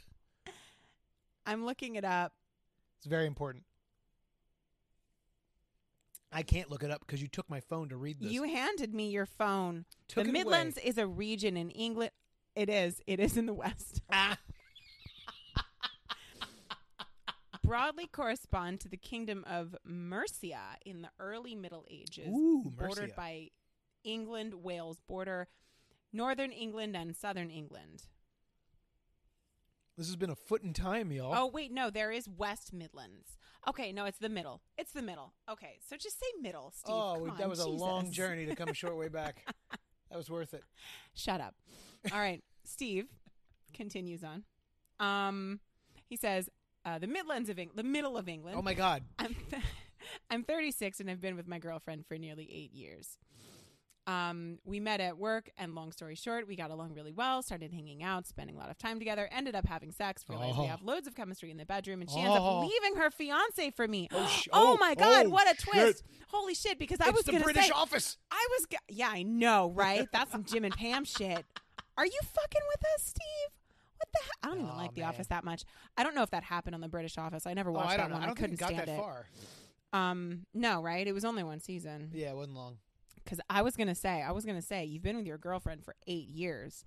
S2: (laughs)
S3: I'm looking it up.
S2: It's very important. I can't look it up because you took my phone to read this.
S3: You handed me your phone.
S2: Took it
S3: the
S2: away.
S3: Midlands is a region in England. It is. It is in the (laughs) West.
S2: Ah.
S3: Broadly correspond to the kingdom of Mercia in the early Middle Ages,
S2: Ooh,
S3: bordered
S2: Mercia.
S3: by England, Wales border, northern England and southern England.
S2: This has been a foot in time, y'all.
S3: Oh wait, no, there is West Midlands. Okay, no, it's the middle. It's the middle. Okay, so just say middle, Steve.
S2: Oh,
S3: Come
S2: we-
S3: on,
S2: that was a long
S3: Jesus.
S2: journey to come a short way
S3: (laughs)
S2: back. That was worth it.
S3: Shut up. All right. (laughs) Steve continues on. Um, he says, uh, the Midlands of England, the middle of England.
S2: Oh my God.
S3: I'm, th- (laughs) I'm 36 and have been with my girlfriend for nearly eight years. Um, we met at work, and long story short, we got along really well, started hanging out, spending a lot of time together, ended up having sex, realized
S2: Oh.
S3: we have loads of chemistry in the bedroom, and she ends up
S2: Oh.
S3: leaving her fiance for me. Oh,
S2: sh- oh,
S3: my God,
S2: oh,
S3: what a
S2: shit.
S3: twist! Holy shit, because I was
S2: it's the
S3: going to
S2: British
S3: say,
S2: office.
S3: I was, go- yeah, I know, right? That's some Jim and Pam shit. Are you fucking with us, Steve? What the? He- I don't even
S2: Aw,
S3: like The
S2: man.
S3: Office that much. I don't know if that happened on the British Office. I never
S2: Oh,
S3: watched
S2: I
S3: that
S2: don't know.
S3: one.
S2: I
S3: I,
S2: don't think
S3: couldn't
S2: it got
S3: stand
S2: that
S3: it.
S2: far.
S3: Um, no, right? It was only one season.
S2: Yeah, it wasn't long.
S3: Because I was gonna say, I was gonna say, you've been with your girlfriend for eight years.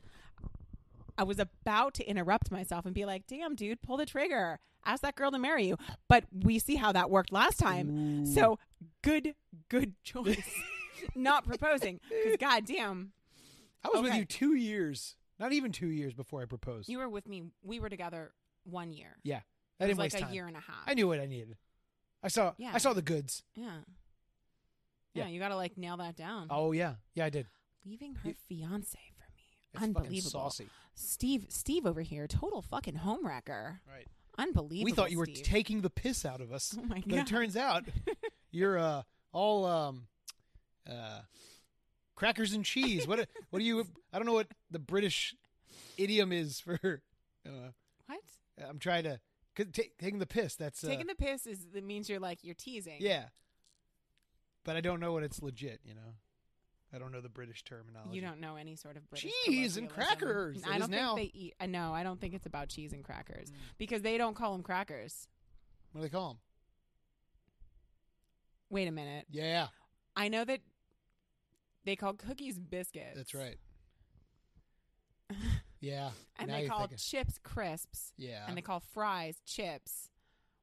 S3: I was about to interrupt myself and be like, "Damn, dude, pull the trigger. Ask that girl to marry you." But we see how that worked last time. So good, good (laughs)
S2: (laughs)
S3: choice. Not proposing because goddamn.
S2: I was with
S3: Okay.
S2: you two years, not even two years before I proposed.
S3: You were with me. We were together one year.
S2: yeah, I
S3: It was
S2: didn't
S3: like
S2: waste
S3: a
S2: time.
S3: year and a half.
S2: I knew what I needed. I saw.
S3: Yeah.
S2: I saw the goods.
S3: yeah. yeah.
S2: Yeah.
S3: You got to like nail that down.
S2: Oh yeah, yeah, I did.
S3: Leaving her fiance for me.
S2: It's fucking
S3: Unbelievable.
S2: saucy.
S3: Steve. Steve over here, total fucking home wrecker.
S2: Right.
S3: Unbelievable.
S2: We thought you were
S3: Steve.
S2: taking the piss out of us,
S3: (laughs) Oh my
S2: but it
S3: god.
S2: turns
S3: (laughs)
S2: out you're uh, all um, uh, crackers and cheese.
S3: (laughs)
S2: What? What do you? I don't know what the British idiom is for. I don't know.
S3: what?
S2: I'm trying to 'cause ta- taking the piss. That's uh,
S3: Taking the piss is it means you're like you're teasing.
S2: Yeah. But I don't know what it's legit, you know. I don't know the British terminology.
S3: You don't know any sort of British
S2: Oh, Cheese and crackers.
S3: colloquialism.
S2: It
S3: I
S2: is
S3: don't think
S2: now. Mm.
S3: they eat. I know. I don't think it's about cheese and crackers because they don't call them crackers.
S2: What do they call them?
S3: Wait a minute.
S2: Yeah,
S3: I know that they call cookies biscuits.
S2: that's
S3: (laughs)
S2: right. Yeah.
S3: And
S2: now
S3: they
S2: you're
S3: call
S2: thinking.
S3: chips crisps.
S2: Yeah.
S3: And they call fries chips.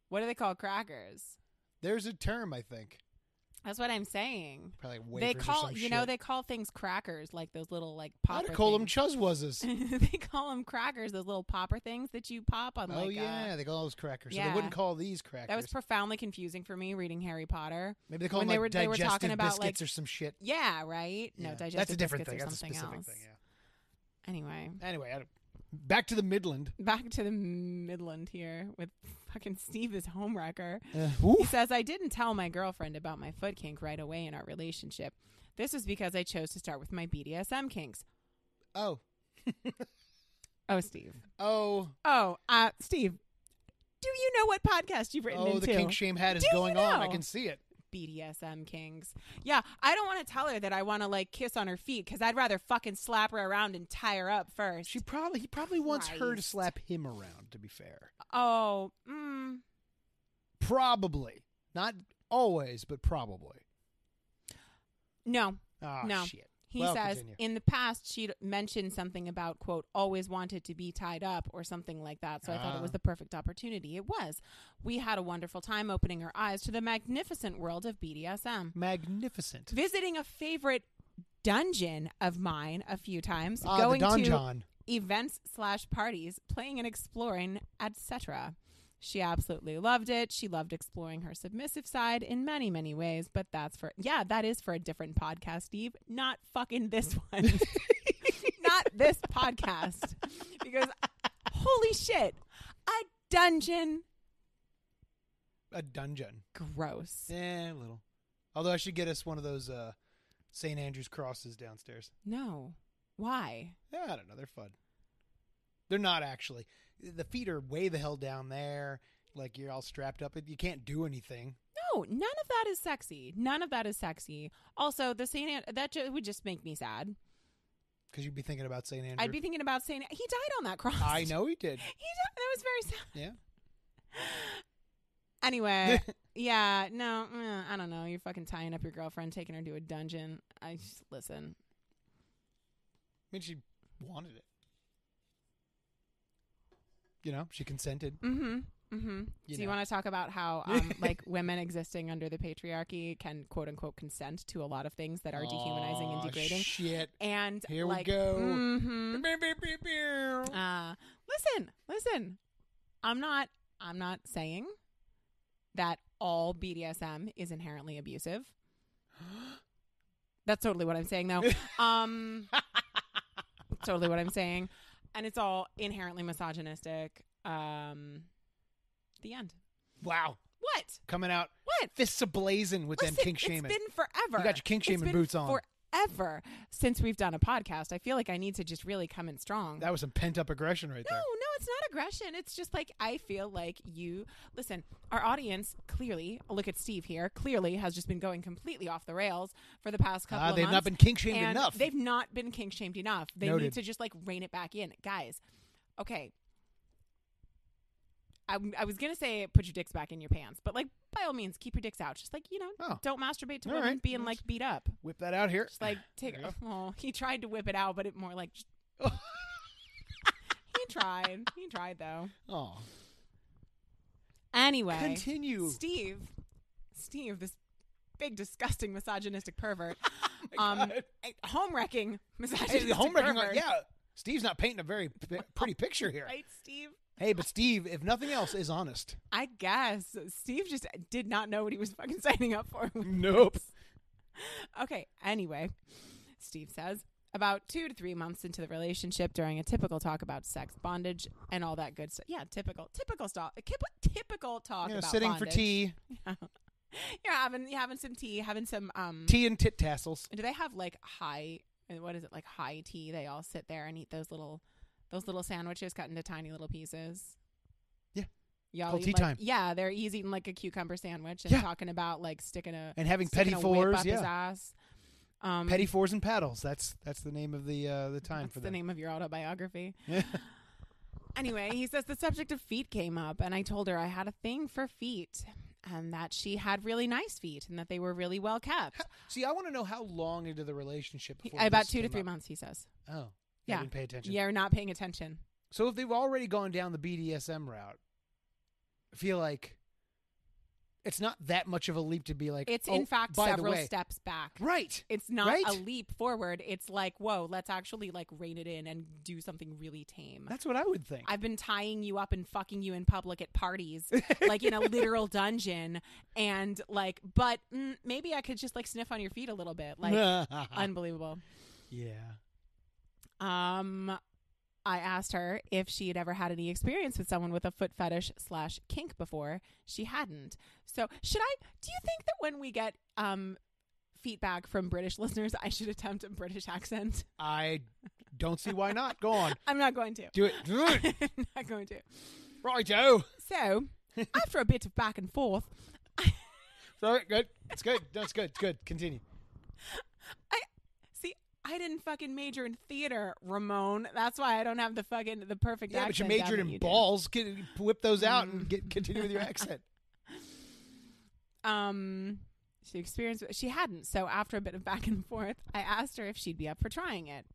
S3: What do they call crackers?
S2: There's a term, I think.
S3: That's what I'm saying.
S2: Probably like wafers
S3: they
S2: or
S3: call
S2: some
S3: you know
S2: shit.
S3: they call things crackers like those little like
S2: I'd
S3: popper.
S2: call them
S3: things.
S2: chuzwuzzes.
S3: (laughs) they call them crackers, those little popper things that you pop on.
S2: oh
S3: like,
S2: yeah,
S3: uh,
S2: they call those crackers. So
S3: yeah.
S2: they wouldn't call these crackers.
S3: that was profoundly confusing for me reading Harry Potter.
S2: Maybe they call
S3: when
S2: them
S3: they
S2: like
S3: were- they were
S2: digestive
S3: talking about,
S2: biscuits
S3: like-
S2: or some shit.
S3: Yeah, right. No,
S2: Yeah.
S3: digestive
S2: That's a different thing.
S3: biscuits or
S2: That's a
S3: something
S2: specific
S3: else.
S2: thing. Yeah.
S3: Anyway,
S2: Anyway, I don't- back to the
S3: (sighs)
S2: Midland.
S3: back to the Midland here with fucking Steve, his homewrecker.
S2: (laughs) Uh,
S3: He says, I didn't tell my girlfriend about my foot kink right away in our relationship. This was because I chose to start with my BDSM kinks.
S2: oh,
S3: Oh, Steve.
S2: oh,
S3: Oh, uh, Steve, do you know what podcast you've written
S2: oh!
S3: into?
S2: The kink shame hat is
S3: Do you
S2: going on. I
S3: know?
S2: can see it.
S3: BDSM kinks. Yeah, I don't want to tell her that I want to like kiss on her feet because I'd rather fucking slap her around and tie her up first.
S2: She probably he probably wants her to
S3: Christ.
S2: slap him around. To be fair,
S3: oh, mm,
S2: probably not always, but probably.
S3: no.
S2: Ah,
S3: No.
S2: shit.
S3: He
S2: Well,
S3: says
S2: continue.
S3: in the past she'd mentioned something about quote always wanted to be tied up or something like that. So I thought
S2: Ah.
S3: it was the perfect opportunity. It was. We had a wonderful time opening her eyes to the magnificent world of BDSM.
S2: magnificent.
S3: Visiting a favorite dungeon of mine a few times,
S2: Ah,
S3: going
S2: the
S3: to
S2: donjon.
S3: events slash parties, playing and exploring, etc. She absolutely loved it. She loved exploring her submissive side in many, many ways, but that's for, yeah, that is for a different podcast, Steve, not fucking this (laughs) one. not this podcast. Because holy shit, a dungeon.
S2: a dungeon.
S3: Gross.
S2: Eh, a little. Although I should get us one of those uh, St. Andrew's crosses downstairs.
S3: No. Why?
S2: Yeah, I don't know. They're fun. They're not actually. The feet are way the hell down there. Like you're all strapped up. You can't do anything.
S3: No, Oh, none of that is sexy. None of that is sexy. Also, the Saint An- that ju- would just make me sad.
S2: Because you'd be thinking about St. Andrew.
S3: I'd be thinking about saying he died on that cross.
S2: I know he did.
S3: (laughs) He died. That was very sad.
S2: Yeah. (laughs)
S3: Anyway, yeah, no, mm, I don't know. You're fucking tying up your girlfriend, taking her to a dungeon. I just listen.
S2: I mean, she wanted it. You know, she consented.
S3: Mm-hmm. Mm-hmm.
S2: You
S3: so you
S2: know.
S3: want to talk
S2: (laughs)
S3: about how um, like women existing under the patriarchy can quote unquote consent to a lot of things that are dehumanizing and
S2: Aw,
S3: degrading.
S2: Shit.
S3: (laughs) And
S2: Here we
S3: like,
S2: go.
S3: mhm.
S2: Beep, beep, beep, beep.
S3: Uh, listen, listen. I'm not I'm not saying that all BDSM is inherently abusive. That's totally what I'm saying
S2: (laughs)
S3: though. Um totally what I'm saying. And it's all inherently misogynistic. Um the end.
S2: Wow.
S3: What?
S2: Coming out
S3: What?
S2: fists ablazing with them
S3: Listen,
S2: kink shaming.
S3: It's been forever.
S2: You got your kink
S3: It's
S2: shaming
S3: been
S2: boots on.
S3: Forever since we've done a podcast. I feel like I need to just really come in strong.
S2: That was some pent up aggression right
S3: No,
S2: there. Ah,
S3: no, it's not aggression. It's just like I feel like you listen. Our audience clearly, look at Steve here. Clearly, has just been going completely off the rails for the past couple.
S2: Ah,
S3: of
S2: they've not
S3: months,
S2: been kink shamed
S3: and
S2: enough.
S3: They've not been kink shamed enough. They
S2: Noted.
S3: need to just like rein it back in, guys. Okay. I, I was gonna say put your dicks back in your pants, but like by all means keep your dicks out. Just like you know,
S2: Oh.
S3: don't masturbate to
S2: All
S3: women
S2: right.
S3: being like beat up.
S2: Whip that out here.
S3: Just like take.
S2: There you
S3: (laughs) Oh, he tried to whip it out, but it more like. Just, he tried. He tried
S2: (laughs)
S3: though.
S2: (laughs) Oh,
S3: Anyway,
S2: continue.
S3: Steve, Steve, this big disgusting misogynistic
S2: (laughs)
S3: pervert,
S2: Oh my
S3: um,
S2: God.
S3: home wrecking
S2: Hey,
S3: misogynistic
S2: the home wrecking. uh,
S3: pervert.
S2: Yeah, Steve's not painting a very p-
S3: (laughs)
S2: pretty picture here.
S3: right, Steve.
S2: Hey, but Steve, if nothing else, is honest.
S3: I guess Steve just did not know what he was fucking (laughs) signing up for.
S2: Nope.
S3: (laughs) Okay. Anyway, Steve says about two to three months into the relationship, during a typical talk about sex, bondage, and all that good stuff. Yeah, typical, typical stuff. Typical talk
S2: You know,
S3: about
S2: sitting
S3: bondage.
S2: for tea,
S3: You're having you having some tea, having some um
S2: tea and tit tassels.
S3: Do they have like high? uh, What is it like high tea? They all sit there and eat those little, those little sandwiches cut into tiny little pieces.
S2: Yeah.
S3: Y'all
S2: Called
S3: eat,
S2: tea
S3: like-
S2: time.
S3: Yeah, they're he's eating like a cucumber sandwich and
S2: Yeah.
S3: talking about like sticking a
S2: And having
S3: sticking
S2: petty
S3: a whip
S2: fours,
S3: up his
S2: yeah,
S3: ass. Um,
S2: petty fours and paddles. That's that's the name of the uh, the time
S3: That's
S2: for
S3: the
S2: them.
S3: name of your autobiography.
S2: Yeah.
S3: anyway, he says the subject of feet came up, and I told her I had a thing for feet, and that she had really nice feet, and that they were really well kept.
S2: (laughs) See, I want to know how long into the relationship. Before
S3: About
S2: this
S3: two to
S2: came
S3: three
S2: up.
S3: months, he says.
S2: Oh, yeah.
S3: Yeah.
S2: didn't pay attention.
S3: You're not paying attention.
S2: So if they've already gone down the BDSM route, I feel like it's not that much of a leap to be like
S3: It's
S2: oh,
S3: in fact
S2: by the
S3: several
S2: way-
S3: steps back.
S2: Right.
S3: It's not
S2: Right?
S3: a leap forward. It's like, whoa, let's actually like rein it in and do something really tame.
S2: That's what I would think.
S3: I've been tying you up and fucking you in public at parties, (laughs)
S2: (laughs)
S3: like in a literal dungeon, and like, but mm, maybe I could just like sniff on your feet a little bit, like unbelievable.
S2: (laughs) yeah.
S3: Um, I asked her if she had ever had any experience with someone with a foot fetish slash kink before. She hadn't. So should I? Do you think that when we get um feedback from British (laughs) listeners, I should attempt a British accent?
S2: I don't see why not. Go on.
S3: I'm not going to. (laughs)
S2: Do it. Do it. (laughs)
S3: I'm not going to.
S2: Righto. (laughs)
S3: So after a bit of back and forth,
S2: Sorry. Good. It's good. That's good. It's good. Continue.
S3: See, I didn't fucking major in theater, Ramon. That's why I don't have the fucking the perfect
S2: Yeah, but you
S3: accent.
S2: majored in
S3: down that do. Mm.
S2: balls. Get, whip those out and get continue with your
S3: (laughs)
S2: accent.
S3: Um, she experienced she hadn't. So after a bit of back and forth, I asked her if she'd be up for trying it.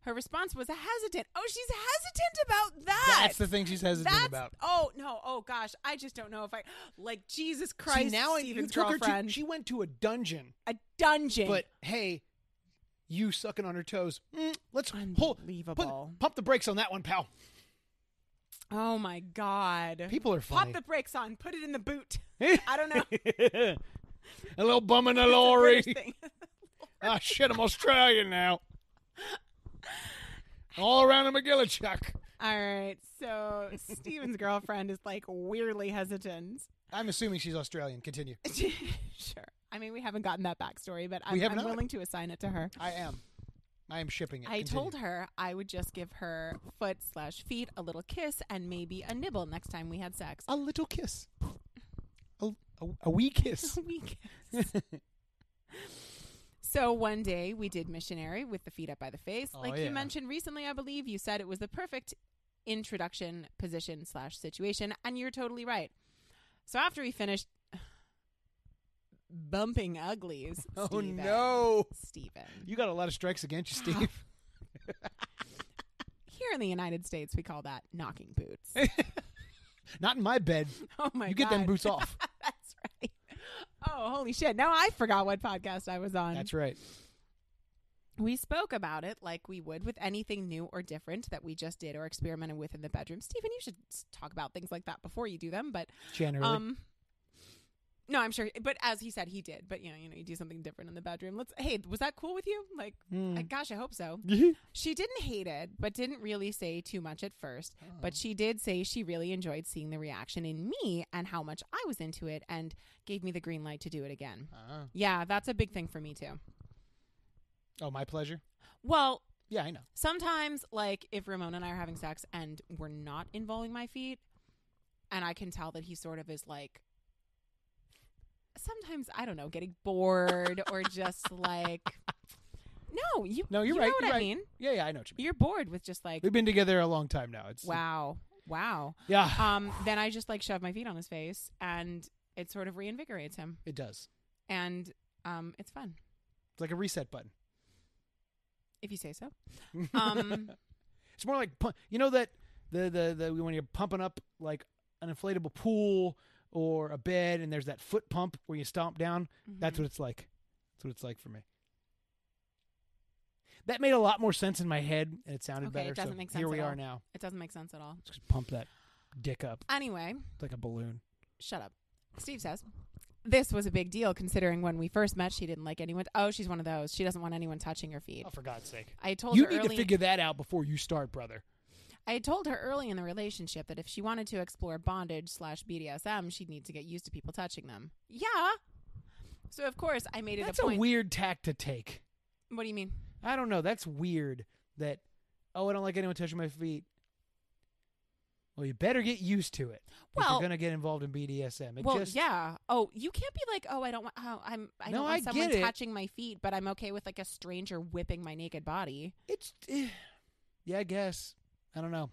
S3: Her response was a hesitant. Oh, she's hesitant about that.
S2: That's the thing she's hesitant
S3: That's-
S2: about.
S3: Oh no! Oh gosh! I just don't know if I like Jesus Christ.
S2: See, now you
S3: Steven's
S2: took her
S3: girlfriend,
S2: to. She went to a dungeon,
S3: a dungeon.
S2: but hey, you sucking on her toes. Mm, let's hold. Put,
S3: Unbelievable.
S2: pump the brakes on that one, pal. (laughs)
S3: oh my god!
S2: People are
S3: pop
S2: funny.
S3: the brakes on. Put it in
S2: (laughs)
S3: the boot. I don't know.
S2: a little bum in a
S3: It's a
S2: lorry.
S3: British thing.
S2: Ah, shit, I'm Australian now. All around a McGillichuck.
S3: (laughs) All right. So Steven's girlfriend is like weirdly hesitant.
S2: I'm assuming she's Australian. Continue.
S3: (laughs) sure. I mean, we haven't gotten that backstory, but I'm,
S2: We have
S3: I'm
S2: not.
S3: willing to assign it to her.
S2: I am. I am shipping it.
S3: I
S2: Continue.
S3: told her I would just give her foot slash feet a little kiss and maybe a nibble next time we had sex.
S2: a little kiss, a, a, a wee kiss.
S3: (laughs) A wee kiss. so one day we did missionary with the feet up by the face,
S2: Oh,
S3: like
S2: yeah.
S3: you mentioned recently. I believe you said it was the perfect introduction position slash situation, and you're totally right. So after we finished (sighs) bumping uglies,
S2: (laughs) Oh,
S3: Steven,
S2: no.
S3: Steven.
S2: You got a lot of strikes against
S3: (laughs)
S2: you, Steve.
S3: Here in the United States, we call that knocking boots.
S2: (laughs)
S3: (laughs)
S2: Not in my bed.
S3: Oh (laughs) my
S2: you get
S3: god,
S2: them boots off.
S3: (laughs) That's right. Oh, holy shit! Now I forgot what podcast I was on.
S2: That's right.
S3: We spoke about it like we would with anything new or different that we just did or experimented with in the bedroom. Stephen, you should s- talk about things like that before you do them, but
S2: Generally,
S3: um no, I'm sure, but as he said, he did. But you know, you know, you do something different in the bedroom. Let's. Hey, was that cool with you? Like,
S2: Hmm.
S3: I,
S2: Mm.
S3: gosh, I hope so. She didn't hate it, but didn't really say too much at first. But
S2: Oh.
S3: she did say she really enjoyed seeing the reaction in me and how much I was into it, and gave me the green light to do it again.
S2: Ah.
S3: Yeah, that's a big thing for me too.
S2: (laughs) oh, my pleasure.
S3: Well,
S2: Yeah, I know.
S3: sometimes like if Ramon and I are having sex and we're not involving my feet and I can tell that he sort of is like sometimes I don't know getting bored or
S2: (laughs)
S3: just like no you
S2: No, you're
S3: you
S2: right.
S3: know what
S2: you're
S3: I
S2: right.
S3: mean
S2: Yeah, yeah, I know what you mean.
S3: you're bored with just like
S2: We've been together a long time now. It's
S3: wow wow
S2: Yeah,
S3: um then I just like shove my feet on his face and it sort of reinvigorates him
S2: it does.
S3: and um it's fun
S2: It's like a reset button. (laughs)
S3: if you say so um
S2: It's more like pu- you know that the the the when you're pumping up like an inflatable pool or a bed, and there's that foot pump where you stomp down. That's
S3: mhm.
S2: what it's like. That's what it's like for me. That made a lot more sense in my head, and it sounded
S3: Okay, it
S2: better. so
S3: doesn't make sense
S2: Here
S3: at
S2: we
S3: all.
S2: are now.
S3: it doesn't make sense at all
S2: Let's just pump that dick up
S3: anyway
S2: It's like a balloon.
S3: Shut up. Steve says, This was a big deal considering when we first met, she didn't like anyone. Oh, she's one of those. She doesn't want anyone touching her feet.
S2: Oh, for God's sake!
S3: I told
S2: You
S3: her
S2: need
S3: early.
S2: to figure that out before you start, brother.
S3: I had told her early in the relationship that if she wanted to explore bondage slash BDSM, she'd need to get used to people touching them. Yeah. So of course I made it
S2: That's
S3: a
S2: a
S3: point.
S2: weird tack to take.
S3: what do you mean?
S2: I don't know. That's weird. That oh, I don't like anyone touching my feet. Well, you better get used to it. if
S3: Well-
S2: you're gonna get involved in BDSM. It
S3: well,
S2: just,
S3: yeah. Oh, you can't be like, oh, I don't want. Oh, I'm. I
S2: No,
S3: don't
S2: I
S3: want
S2: get
S3: someone
S2: it.
S3: touching my feet, but I'm okay with like a stranger whipping my naked body.
S2: it's eh, yeah. I guess I don't know.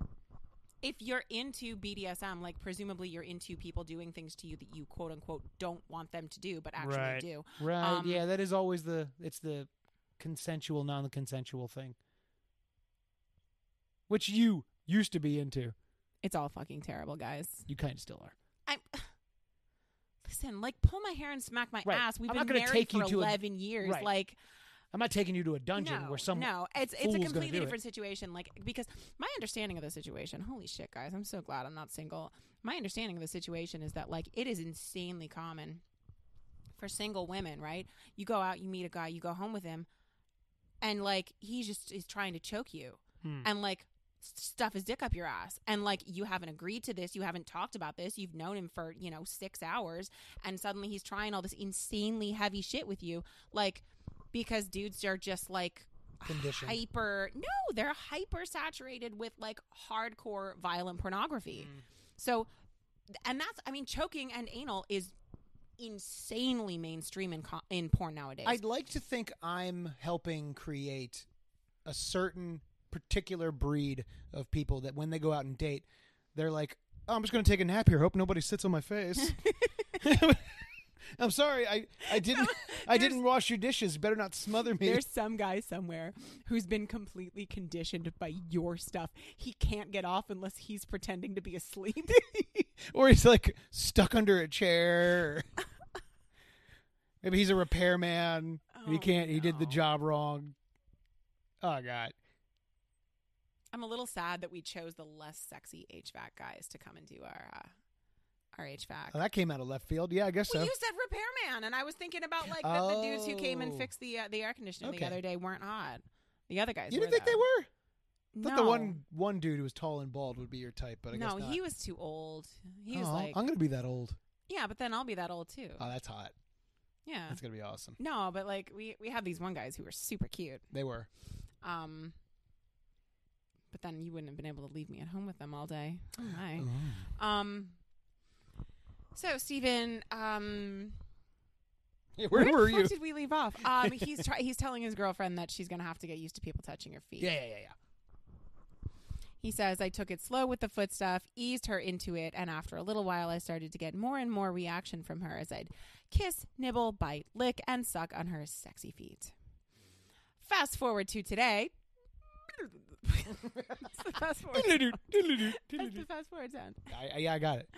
S3: if you're into BDSM, like presumably you're into people doing things to you that you quote unquote don't want them to do, but actually
S2: Right.
S3: do.
S2: Right.
S3: Um,
S2: yeah, that is always the it's the consensual, non-consensual thing, which you used to be into.
S3: It's all fucking terrible, guys.
S2: You kind of still are.
S3: I'm (sighs) listen, like pull my hair and smack my
S4: Right.
S3: ass. We've
S4: I'm
S3: been
S4: not gonna
S3: married
S4: take
S3: for
S4: you to a-
S3: eleven years.
S4: Right.
S3: Like
S4: I'm not taking you to a dungeon
S3: no,
S4: where some
S3: no, it's it's
S4: fool's
S3: a
S4: gonna
S3: completely
S4: do it.
S3: different situation. Like because my understanding of the situation, holy shit, guys, I'm so glad I'm not single. My understanding of the situation is that like it is insanely common for single women, right? You go out, you meet a guy, you go home with him, and like he just is trying to choke you,
S4: Hmm.
S3: and like s- stuff his dick up your ass and like you haven't agreed to this you haven't talked about this you've known him for you know six hours and suddenly he's trying all this insanely heavy shit with you like because dudes are just like
S2: Conditioned.
S3: hyper no they're hyper saturated with like hardcore violent pornography so and that's i mean choking and anal is insanely mainstream in, co- in porn nowadays
S4: I-
S2: I'd like to think I'm helping create a certain particular breed of people that when they go out and date, they're like, oh, I'm just going to take a nap here. Hope nobody sits on my
S3: (laughs)
S2: face. (laughs) I'm sorry. I, I
S3: (laughs)
S2: didn't I didn't wash your dishes. Better not smother me.
S3: There's some guy somewhere who's been completely conditioned by your stuff. He can't get off unless he's pretending to be asleep. (laughs)
S2: Or he's like stuck under a chair. (laughs) Maybe he's a repairman. he
S3: Oh,
S2: can't. He did the
S3: no.
S2: job wrong. Oh God.
S3: I'm a little sad that we chose the less sexy HVAC guys to come and do our uh, our HVAC.
S2: Oh, that came out of left field. Yeah, I guess
S3: well,
S2: so.
S3: you said repairman, and I was thinking about like that the dudes who came and
S2: Oh.
S3: fixed the uh, the air conditioner
S2: Okay.
S3: the other day weren't hot. The other guys.
S2: You didn't think they were?
S3: though.
S2: Thought
S3: no.
S2: the one one dude who was tall and bald would be your type, but I
S3: no,
S2: guess not.
S3: he was too old. He was
S2: Oh,
S3: like,
S2: I'm gonna be that old.
S3: yeah, but then I'll be that old too.
S2: Oh, that's hot.
S3: yeah.
S2: That's gonna be awesome.
S3: No, but like we we had these one guys who were super cute.
S2: They were.
S3: Um, but then you wouldn't have been able to leave me at home with them all day. Oh
S2: (sighs)
S3: my.
S2: Mm.
S3: (laughs) Um. So Stephen, um,
S2: Yeah, where,
S3: the
S2: were
S3: fuck
S2: you?
S3: Did we leave off? Um, he's try- he's telling his girlfriend that she's gonna have to get used to people touching her feet.
S2: Yeah, yeah, yeah,
S3: (laughs) He says, I took it slow with the foot stuff, eased her into it, and after a little while, I started to get more and more reaction from her as I'd kiss, nibble, bite, lick, and suck on her sexy feet. Fast forward to today. (laughs) That's the fast forward.
S2: (laughs)
S3: sound. That's the fast forward sound.
S2: yeah. I, I, yeah, I got it.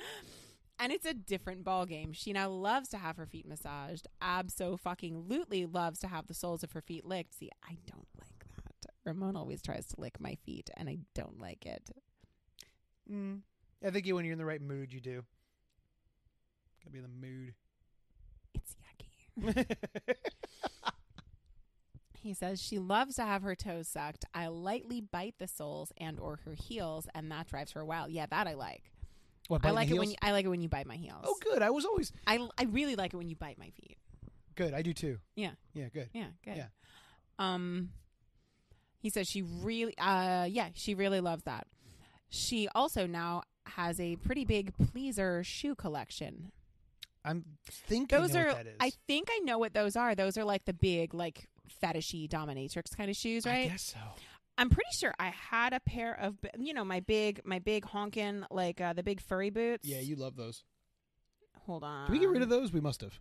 S3: And it's a different ball game. She now loves to have her feet massaged. Abso fucking lutely loves to have the soles of her feet licked. See, I don't like that. Ramon always tries to lick my feet, and I don't like it.
S2: Mm. I think you, when you're in the right mood, you do. Gotta be in the mood.
S3: It's yucky.
S2: (laughs)
S3: He says she loves to have her toes sucked. I lightly bite the soles and or her heels, and that drives her wild. Yeah, that I like.
S2: What? biting
S3: I
S2: the
S3: like it when
S2: heels?
S3: you, I like it when you bite my heels.
S2: Oh, good. I was always
S3: I I really like it when you bite my feet.
S2: good. I do too.
S3: Yeah,
S2: Yeah, good.
S3: yeah, good.
S2: Yeah.
S3: Um, he says she really, uh, yeah, she really loves that. She also now has a pretty big pleaser shoe collection.
S2: I'm thinking.
S3: Those
S2: I know
S3: are,
S2: what that is.
S3: I think I know what those are. Those are like the big, like fetishy dominatrix kind of shoes,
S2: I
S3: right?
S2: guess so.
S3: I'm pretty sure I had a pair of, b- you know, my big, my big honkin' like uh, the big furry boots.
S2: Yeah, you love those.
S3: Hold on.
S2: Did we get rid of
S3: Um,
S2: those? We must have.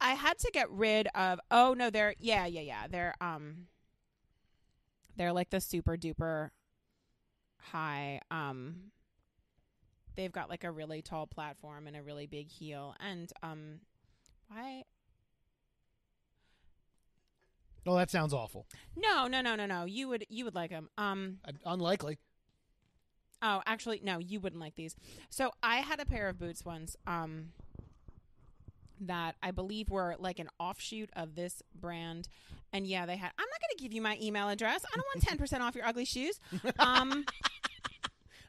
S3: I had to get rid of. Oh no, they're yeah, yeah, yeah. They're um, they're like the super duper high. Um, they've got like a really tall platform and a really big heel. And um, why?
S2: Oh, that sounds awful.
S3: No, no, no, no, no. You would you would like them. Um,
S2: Uh, Unlikely.
S3: Oh, actually, no, you wouldn't like these. So I had a pair of boots once um, that I believe were like an offshoot of this brand. And yeah, they had. I'm not going to give you my email address. I don't want 10% off your ugly shoes. Um,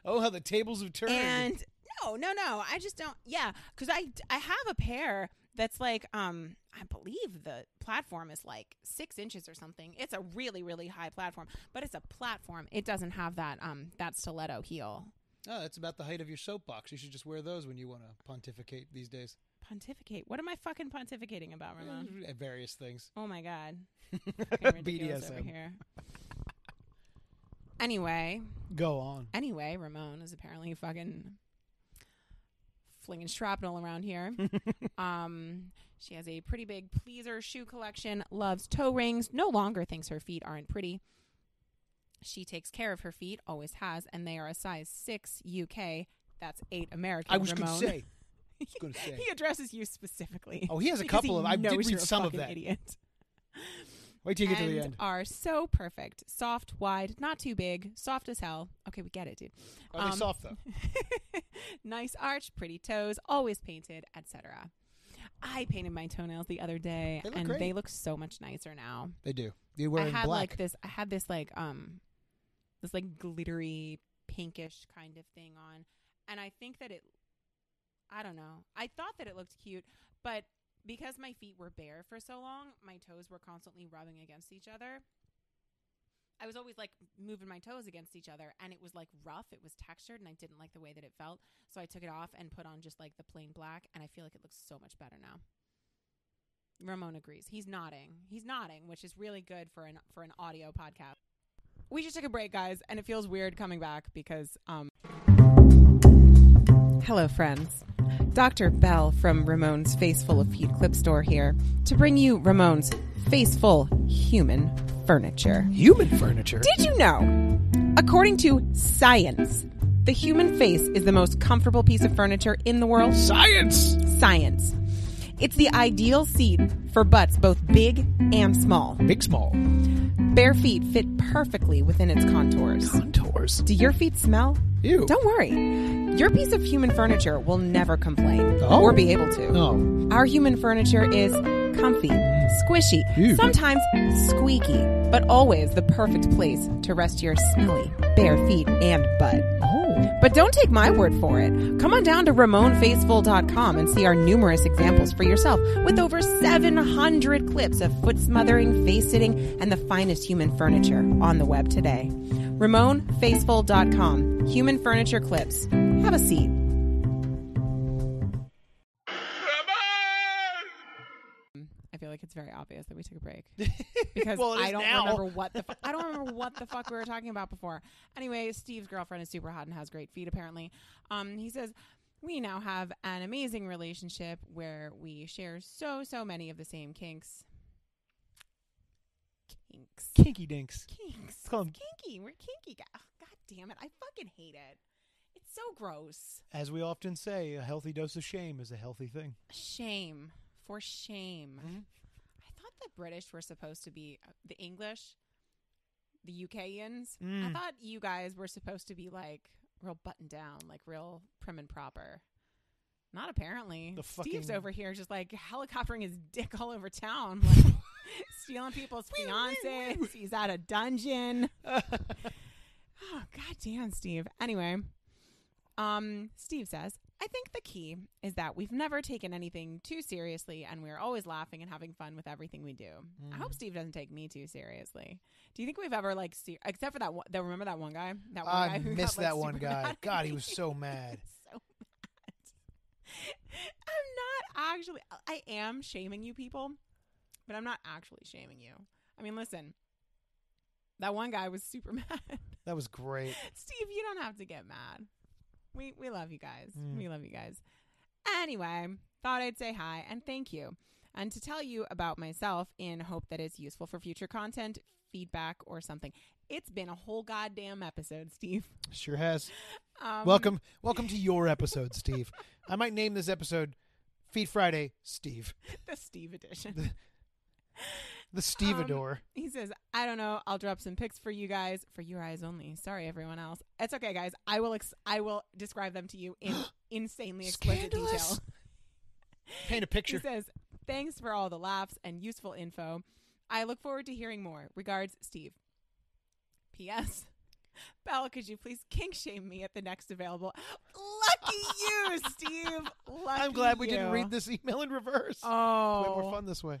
S2: Oh, how the tables have turned.
S3: and no, no, no. I just don't. Yeah, because I, I have a pair that's like, um, I believe the platform is like six inches or something. It's a really, really high platform, but it's a platform. It doesn't have that um, that stiletto heel.
S2: Oh, that's about the height of your soapbox. You should just wear those when you want to pontificate these days.
S3: Pontificate. What am I fucking pontificating about, Ramon?
S2: At various
S3: (laughs)
S2: things.
S3: Oh
S2: (laughs)
S3: my god. Fucking ridiculous over
S2: BDSM.
S3: here. Anyway,
S2: Go on.
S3: anyway, Ramon is apparently fucking flinging shrapnel
S2: (laughs)
S3: around here. um, she has a pretty big pleaser shoe collection, loves toe rings, no longer thinks her feet aren't pretty. She takes care of her feet, always has, and they are a size 6 UK. That's 8 American.
S2: I was going
S3: Ramon. (laughs)
S2: to say, gonna say.
S3: He addresses you specifically.
S2: Oh, he
S3: (laughs)
S2: has a
S3: because
S2: couple
S3: he
S2: of. I did
S3: knows
S2: read
S3: you're a
S2: some of
S3: fucking
S2: that.
S3: Idiot.
S2: Wait till (laughs) you get to the
S3: and
S2: end.
S3: are so perfect. Soft, wide, not too big, soft as hell. Okay, we get it, dude. (laughs)
S2: Are they
S3: um,
S2: soft though?
S3: nice arch, pretty toes, always painted, etc. I painted my toenails the other day
S2: They look
S3: and
S2: great.
S3: they look so much nicer now.
S2: They do. They were
S3: I
S2: in
S3: had
S2: black.
S3: like this I had this like um this like glittery pinkish kind of thing on and I think that it I don't know. I thought that it looked cute, but because my feet were bare for so long, my toes were constantly rubbing against each other. I was always like moving my toes against each other and it was like rough, it was textured and I didn't like the way that it felt. So I took it off and put on just like the plain black and I feel like it looks so much better now. Ramon agrees. He's nodding. He's nodding, which is really good for an for an audio podcast. We just took a break, guys, and it feels weird coming back because um Hello friends. Dr. Bell from Ramon's Faceful of Feet Clip Store here to bring you Ramon's Faceful Human Furniture.
S2: Human furniture.
S3: Did you know? According to science, the human face is the most comfortable piece of furniture in the world.
S2: Science.
S3: Science. It's the ideal seat for butts both big and small.
S2: Big small
S3: Bare feet fit perfectly within its contours.
S2: contours.
S3: Do your feet smell?
S2: Ew.
S3: Don't worry. Your piece of human furniture will never complain
S2: Oh.
S3: or be able to.
S2: Oh,
S3: Our human furniture is comfy, squishy,
S2: Ew.
S3: sometimes squeaky, but always the perfect place to rest your smelly, bare feet and butt.
S2: oh,
S3: But don't take my word for it. Come on down to RamonFaceful.com and see our numerous examples for yourself with over 700 clips of foot smothering, face sitting, and the finest human furniture on the web today. RamonFaceful.com. Human furniture clips. Have a seat. I feel like it's very obvious that we took
S2: (laughs)
S3: a break because
S2: Well, it
S3: I
S2: is
S3: don't
S2: now.
S3: remember what the fu- I don't remember what the fuck we were talking about before. Anyway, Steve's girlfriend is super hot and has great feet apparently. Um, he says we now have an amazing relationship where we share so so many of the same kinks. Kinks.
S2: kinky dinks.
S3: Kinks. It's
S2: called-
S3: kinky. We're kinky. guy- Oh, God damn it! I fucking hate it. It's so gross.
S4: As we often say, a healthy dose of shame is a healthy thing.
S3: Shame for
S2: Mm-hmm.
S3: shame.
S2: (laughs)
S3: I thought the British were supposed to be uh, the English, the UKians. I
S4: Mm.
S3: thought you guys were supposed to be like real buttoned down, like real prim and proper. Not apparently.
S2: The
S3: Steve's
S2: fucking-
S3: over here just like helicoptering his dick all over town,
S2: (laughs)
S3: like stealing people's
S2: Wee, wee, wee,
S3: fiancées. He's out of dungeon. Oh, goddamn, Steve. Anyway, um, Steve says, I think the key is that we've never taken anything too seriously and we're always laughing and having fun with everything we do. I
S2: Hmm.
S3: hope Steve doesn't take me too seriously. Do you think we've ever, like, se- except for that one, though, remember that one guy? That one
S2: I
S3: guy who
S2: missed
S3: got, like,
S2: that one
S3: super mad
S2: guy.
S3: at
S2: God, he
S3: me? (laughs)
S2: was so mad.
S3: so mad. I'm not actually, I am shaming you people, but I'm not actually shaming you. I mean, listen, that one guy was super (laughs) mad.
S2: That was great.
S3: Steve, you don't have to get mad. We we love you guys.
S2: Mm.
S3: We love you guys. Anyway, thought I'd say hi and thank you. And to tell you about myself in hope that it's useful for future content, feedback, or something. It's been a whole goddamn episode, Steve. (laughs)
S2: Sure has.
S3: Um,
S2: Welcome, welcome to your episode, Steve. I might name this episode "Feet Friday." Steve,
S3: (laughs) the Steve edition.
S2: the Stevedore.
S3: He says, I don't know. I'll drop some pics for you guys for your eyes only. Sorry, everyone else. It's okay, guys. I will ex- I will describe them to you in (gasps) insanely explicit detail.
S2: Scandalous. Paint a picture.
S3: He says, Thanks for all the laughs and useful info. I look forward to hearing more. Regards, Steve. (laughs) P.S. Belle, could you please kink shame me at the next available? Lucky you, Steve.
S2: (laughs)
S3: Lucky
S2: I'm glad we didn't
S3: you.
S2: read this email in reverse. Way
S3: (laughs) Oh,
S2: more fun this way.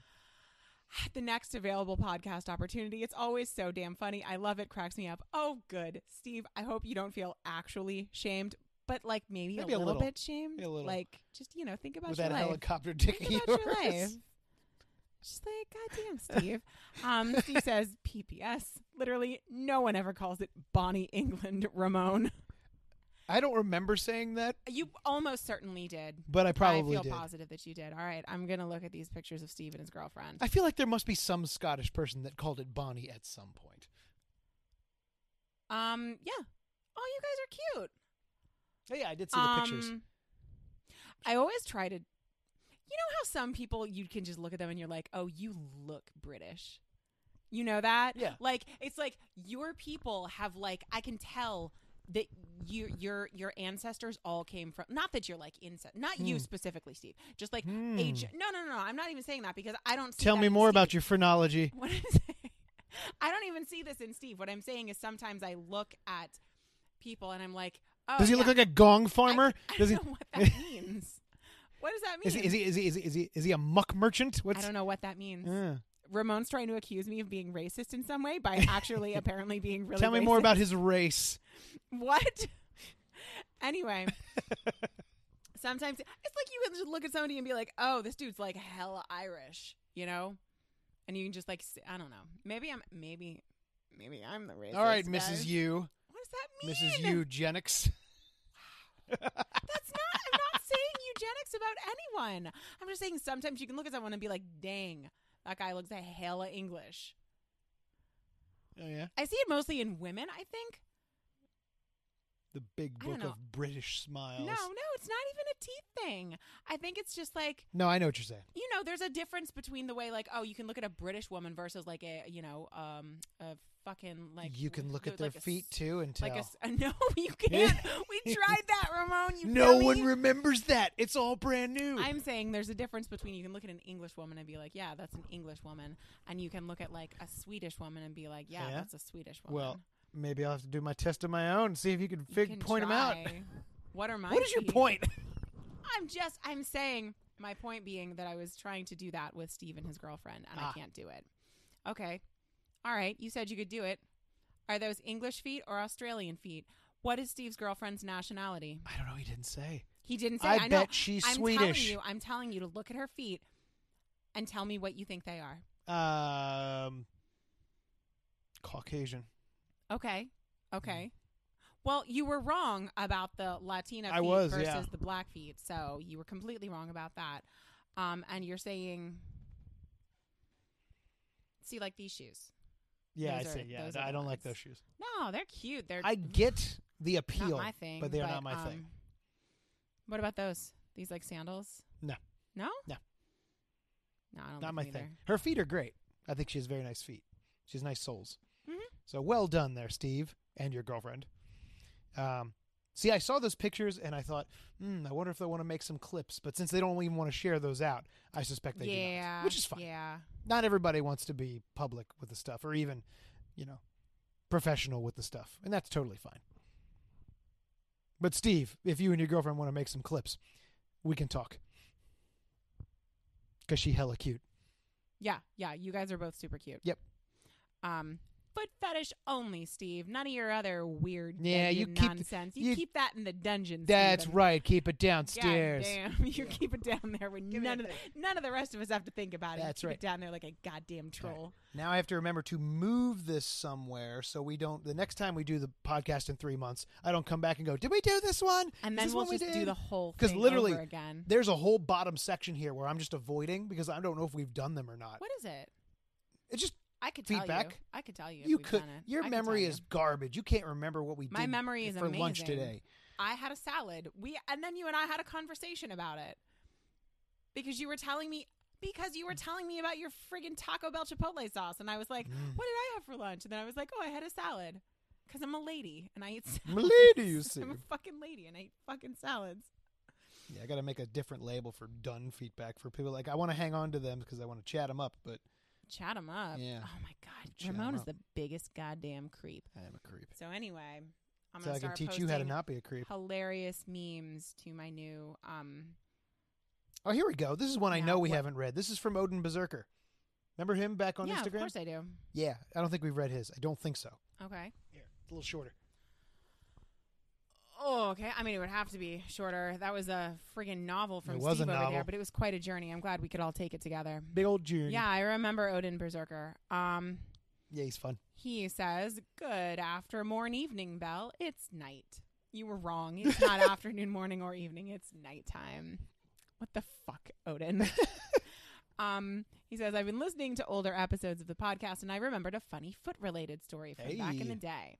S3: (sighs) the next available podcast opportunity. It's always so damn funny. I love it. Cracks me up. Oh, good, Steve. I hope you don't feel actually shamed, but like maybe,
S2: Maybe a
S3: a, little,
S2: little.
S3: bit shamed.
S2: Maybe a little.
S3: Like just you know, think about
S2: With
S3: your
S2: that
S3: life.
S2: helicopter dick of
S3: Think about your
S2: yours.
S3: life. She's like, God damn, Steve. Um, (laughs) Steve says, PPS. Literally, no one ever calls it Bonnie England (laughs) Ramon.
S2: I don't remember saying that,
S3: You almost certainly did.
S2: but I probably
S3: I feel
S2: did.
S3: positive that you did. All right, I'm gonna look at these pictures of Steve and his girlfriend.
S2: I feel like there must be some Scottish person that called it Bonnie at some point.
S3: Um, yeah. Oh, you guys are cute.
S4: Oh,
S2: Yeah, I did see the pictures.
S3: Um, I always try to. You know how some people you can just look at them and you're like, oh, you look British. You know that?
S2: Yeah.
S3: Like it's like your people have like I can tell that you your your ancestors all came from not that you're like incest not you
S2: Hmm.
S3: specifically Steve just like age no no no no I'm not even saying that because I don't see
S2: Tell
S3: that
S2: me
S3: in
S2: more
S3: Steve.
S2: about your phrenology.
S3: (laughs) What I'm saying, I don't even see this in Steve. What I'm saying is sometimes I look at people and I'm like, oh,
S2: Does he look
S3: yeah,
S2: like a gong farmer?
S3: I, I
S2: Does
S3: don't
S2: he?
S3: know what
S2: (laughs)
S3: that means. What does that mean?
S2: Is he, is he is he is he is he is he a muck merchant? What's
S3: I don't know what that means.
S2: Uh,
S3: Ramon's trying to accuse me of being racist in some
S2: (laughs)
S3: way by actually apparently being really.
S2: tell me more
S3: racist.
S2: about his race.
S3: (laughs) what. (laughs)
S2: (laughs)
S3: anyway. Sometimes it's like you can just look at somebody and be like, "Oh, this dude's like hella Irish," you know, and you can just like, s- I don't know, maybe I'm, maybe, maybe I'm the racist.
S2: All right,
S3: guys.
S2: Mrs. U,
S3: What does that mean?
S2: Mrs. Eugenics.
S3: That's not. I'm
S2: (laughs)
S3: not saying eugenics about anyone. I'm just saying sometimes you can look at someone and be like, "Dang, that guy looks a hella English."
S2: Oh yeah,
S3: I see it mostly in women. I think.
S4: The big
S3: I don't
S4: book
S3: know.
S4: of British smiles.
S3: No, no, it's not even a teeth thing. I think it's just like
S2: no, I know what you're saying.
S3: you know, there's a difference between the way like oh, you can look at a British woman versus like a you know um a fucking like
S2: you can look at their
S3: like a
S2: feet
S3: s-
S2: too and tell.
S3: Like a s- (laughs) no, you can't.
S2: (laughs)
S3: we tried that, Ramon. You
S2: no
S3: dummy.
S2: one remembers that. It's all brand (laughs) new.
S3: I'm saying there's a difference between you can look at an English woman and be like, yeah, that's an English woman, and you can look at like a Swedish woman and be like, yeah,
S2: Yeah?
S3: that's a Swedish woman.
S2: well, maybe I'll have to do my test on my own. See if you can
S3: You
S2: fig
S3: can
S2: point them out.
S3: try.
S2: (laughs)
S3: What are my?
S2: What is your
S3: feet?
S2: point?
S3: I'm just I'm saying my point being that I was trying to do that with Steve and his girlfriend, and
S2: Ah.
S3: I can't do it. Okay, all right. You said you could do it. Are those English feet or Australian feet? What is Steve's girlfriend's nationality?
S2: I don't know. He didn't say.
S3: He didn't say.
S2: I
S3: I, know.
S2: bet she's
S3: I'm
S2: Swedish.
S3: Telling you, I'm telling you to look at her feet and tell me what you think they are.
S2: Um, Caucasian.
S3: Okay.
S2: Mm.
S3: Okay. Well, you were wrong about the Latina feet
S4: I was,
S3: versus
S4: yeah.
S3: the black feet. So you were completely wrong about that. Um, and you're saying, see, like these shoes.
S4: Yeah,
S3: Those
S4: I
S3: are-
S4: see. Yeah,
S3: those are
S4: I
S3: the
S4: don't like
S3: ones.
S4: those shoes.
S3: No, they're cute. They're
S2: I get the appeal,
S3: not my thing,
S2: but they are not my
S3: um,
S2: thing.
S3: What about those? These like sandals?
S2: No.
S3: No.
S2: No.
S3: No, I don't
S2: Not
S3: like
S2: my
S3: them either.
S2: thing. Her feet are great. I think she has very nice feet. She has nice soles.
S3: Mhm.
S2: So well done there, Steve, and your girlfriend. Um, see, I saw those pictures and I thought, hmm, I wonder if they want to make some clips. But since they don't even want to share those out, I suspect they do
S3: yeah,
S2: not, which is fine.
S3: Yeah.
S2: Not everybody wants to be public with the stuff, or even, you know, professional with the stuff, and that's totally fine. But Steve, if you and your girlfriend want to make some clips, we can talk. Cause she hella cute.
S3: Yeah, yeah, you guys are both super cute.
S2: Yep.
S3: Um, foot fetish only, Steve. None of your other weird,
S2: Yeah,
S3: deadly
S2: you keep-
S3: nonsense. you,
S2: you-
S3: keep that in the dungeon.
S2: That's
S3: Steven.
S2: right. Keep it downstairs.
S3: God damn, (laughs) you keep it down there when
S2: Give me
S3: none
S2: that
S3: of the, none of the rest of us have to think about it. You
S2: That's
S3: keep
S2: right.
S3: It down there like a goddamn troll.
S2: Now I have to remember to move this somewhere so we don't. The next time we do the podcast in three months, I don't come back and go, "Did we do this one?"
S3: And
S2: Is
S3: then
S2: this
S3: we'll
S2: one we
S3: just do
S2: did?"
S3: the whole
S2: 'Cause
S3: thing
S2: literally-
S3: over again.
S2: There's a whole bottom section here where I'm just avoiding because I don't know if we've done them or not.
S3: What is it?
S2: It's just
S3: I could tell you.
S2: Feedback?
S3: I could tell you. if
S2: you
S3: we've
S2: could.
S3: done it. I
S2: Your
S3: could tell
S2: memory
S3: you.
S2: is garbage. You can't remember what we
S3: My
S2: did
S3: memory is
S2: for lunch
S3: amazing.
S2: today.
S3: I had a salad. We and then you and I had a conversation about it. Because you were telling me because you were telling me about your friggin' Taco Bell Chipotle sauce and I was like, (laughs) "What did I have for lunch?" And then I was like, "Oh, I had a salad." Cuz I'm a lady and I eat salads.
S2: Mm. Milady, you see.
S3: (laughs) I'm a fucking lady and I eat fucking salads.
S2: Yeah, I got to make a different label for done feedback for people. Like I want to hang on to them because I want to chat them up, but
S3: Chat 'em up.
S2: Yeah.
S3: Oh my god.
S2: Chat 'em
S3: Ramon is
S2: up.
S3: the biggest goddamn creep.
S2: I am a creep.
S3: So anyway, I'm
S2: so
S3: going
S2: I
S3: to
S2: can
S3: start
S2: teach you how to
S3: posting
S2: not be a creep.
S3: hilarious memes to my new um
S2: Oh, here we go. This is one I
S3: Now
S2: know we
S3: what-
S2: haven't read. This is from Odin Berserker. Remember him back on
S3: Yeah,
S2: Instagram?
S3: of course I do.
S2: Yeah, I don't think we've read his. I don't think so.
S3: Okay.
S2: Here, it's a little shorter.
S3: Oh, okay. I mean, it would have to be shorter. That was a friggin' novel from
S2: It was a
S3: Steve over
S2: novel.
S3: there, but it was quite a journey. I'm glad we could all take it together.
S2: Big old June.
S3: Yeah, I remember Odin Berserker. Um,
S2: Yeah, he's fun.
S3: he says, "Good after morn evening bell. It's night. You were wrong. It's not afternoon, morning, or evening. It's nighttime. What the fuck, Odin?" um, he says, "I've been listening to older episodes of the podcast, and I remembered a funny foot-related story from back
S2: Hey.
S3: in the day."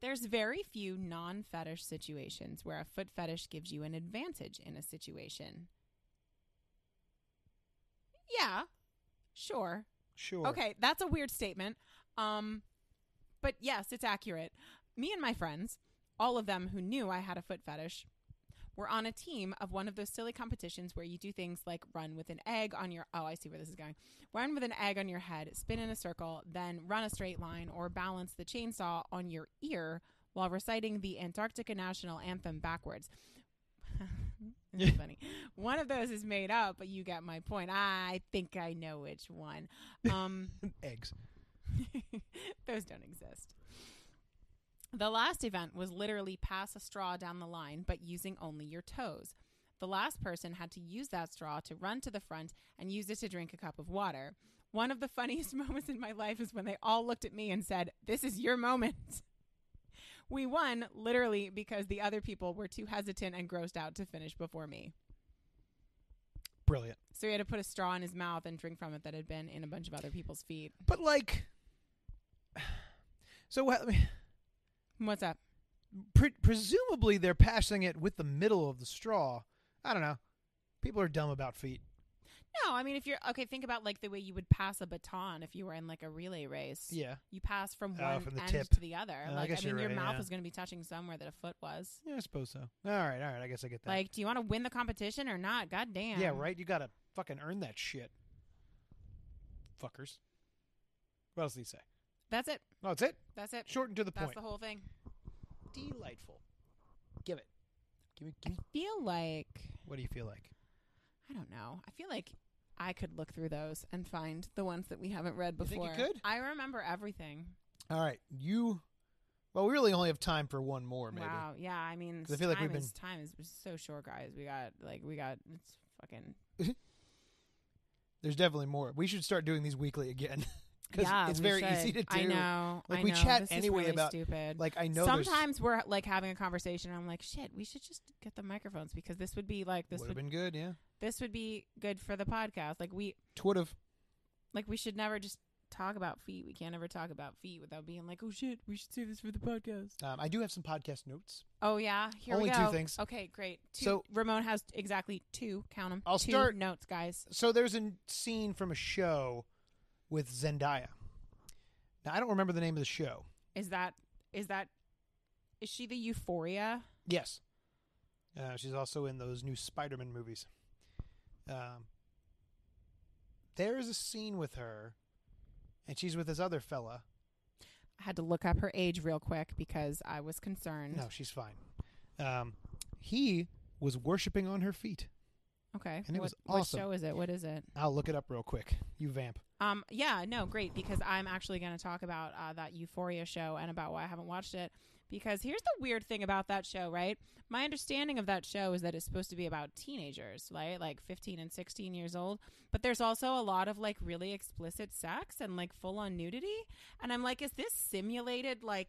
S3: There's very few non fetish situations where a foot fetish gives you an advantage in a situation. Yeah, sure.
S2: Sure.
S3: Okay, that's a weird statement. Um, but yes, it's accurate. Me and my friends, all of them who knew I had a foot fetish, were on a team of one of those silly competitions where you do things like run with an egg on your oh, I see where this is going. Run with an egg on your head, spin in a circle, then run a straight line or balance the chainsaw on your ear while reciting the Antarctica national anthem backwards. (laughs) This is funny. One of those is made up, but you got my point. I think I know which one. Um (laughs)
S2: Eggs.
S3: Those don't exist. The last event was literally pass a straw down the line, but using only your toes. The last person had to use that straw to run to the front and use it to drink a cup of water. One of the (laughs) funniest moments in my life is when they all looked at me and said, This is your moment. (laughs) We won literally because the other people were too hesitant and grossed out to finish before me.
S2: Brilliant.
S3: So he had to put a straw in his mouth and drink from it that had been in a bunch of other people's feet.
S2: But like, (sighs) so what? I mean,
S3: What's up?
S2: pre- presumably they're passing it with the middle of the straw. I don't know. People are dumb about feet.
S3: No, I mean if you're okay, think about like the way you would pass a baton if you were in like a relay race.
S2: Yeah.
S3: You pass from
S2: Oh,
S3: one
S2: from the
S3: end
S2: tip.
S3: to the other.
S2: Oh, I
S3: like I,
S2: guess
S3: mean
S2: you're
S3: your
S2: right,
S3: mouth
S2: yeah.
S3: is gonna be touching somewhere that a foot was.
S2: Yeah, I suppose so. All right, all right. I guess I get that.
S3: Like, do you want to win the competition or not? God damn.
S2: yeah, right. You gotta fucking earn that shit. Fuckers. What else did he say?
S3: That's it.
S2: No, that's it.
S3: That's it.
S2: Short and to the
S3: That's
S2: point.
S3: the whole thing.
S2: Delightful. Give it. Give me. Give
S3: (laughs)
S2: me.
S3: Feel like
S2: What do you feel like?
S3: I don't know. I feel like I could look through those and find the ones that we haven't read
S2: You think
S3: before.
S2: you could?
S3: I remember everything.
S2: All right, you. Well, we really only have time for one more, maybe.
S3: Wow. Yeah. I mean,
S2: 'Cause I feel like
S3: time
S2: we've
S3: is time is so short, guys. We got like we got it's fucking
S2: There's definitely more. We should start doing these weekly again (laughs) because
S3: yeah,
S2: it's
S3: we
S2: very
S3: should.
S2: easy to do.
S3: I know.
S2: Like,
S3: I
S2: we
S3: know.
S2: chat
S3: This is
S2: anyway
S3: really
S2: about-
S3: stupid.
S2: Like I know. there's-
S3: Sometimes we're like having a conversation. and I'm like, shit, we should just get the microphones because this would be like this
S2: would have
S3: would
S2: been good. Yeah,
S3: this would be good for the podcast. Like we
S2: would have.
S3: like we should never just talk about feet. We can't ever talk about feet without being like, oh shit, we should save this for the podcast.
S2: Um, I do have some podcast notes.
S3: Oh yeah, here
S2: Only
S3: we
S2: two
S3: go.
S2: things.
S3: Okay, great. Two,
S2: So-
S3: Ramon has exactly two. Count them.
S2: I'll
S3: two
S2: start-
S3: notes, guys.
S2: So there's a n- scene from a show with Zendaya. Now I don't remember the name of the show.
S3: Is that is that is she the Euphoria?
S2: Yes, uh, she's also in those new Spider-Man movies. Um, there is a scene with her, and she's with this other fella.
S3: I had to look up her age real quick because I was concerned.
S2: No, she's fine. Um, he was worshiping on her feet.
S3: Okay.
S2: And it
S3: what,
S2: was awesome.
S3: What show is it? What is it?
S2: I'll look it up real quick. You vamp.
S3: Um, yeah, no, great because I'm actually going to talk about uh, that Euphoria show and about why I haven't watched it. Because here's the weird thing about that show, right? My understanding of that show is that it's supposed to be about teenagers, right? Like 15 and 16 years old. But there's also a lot of like really explicit sex and like full on nudity. And I'm like, is this simulated like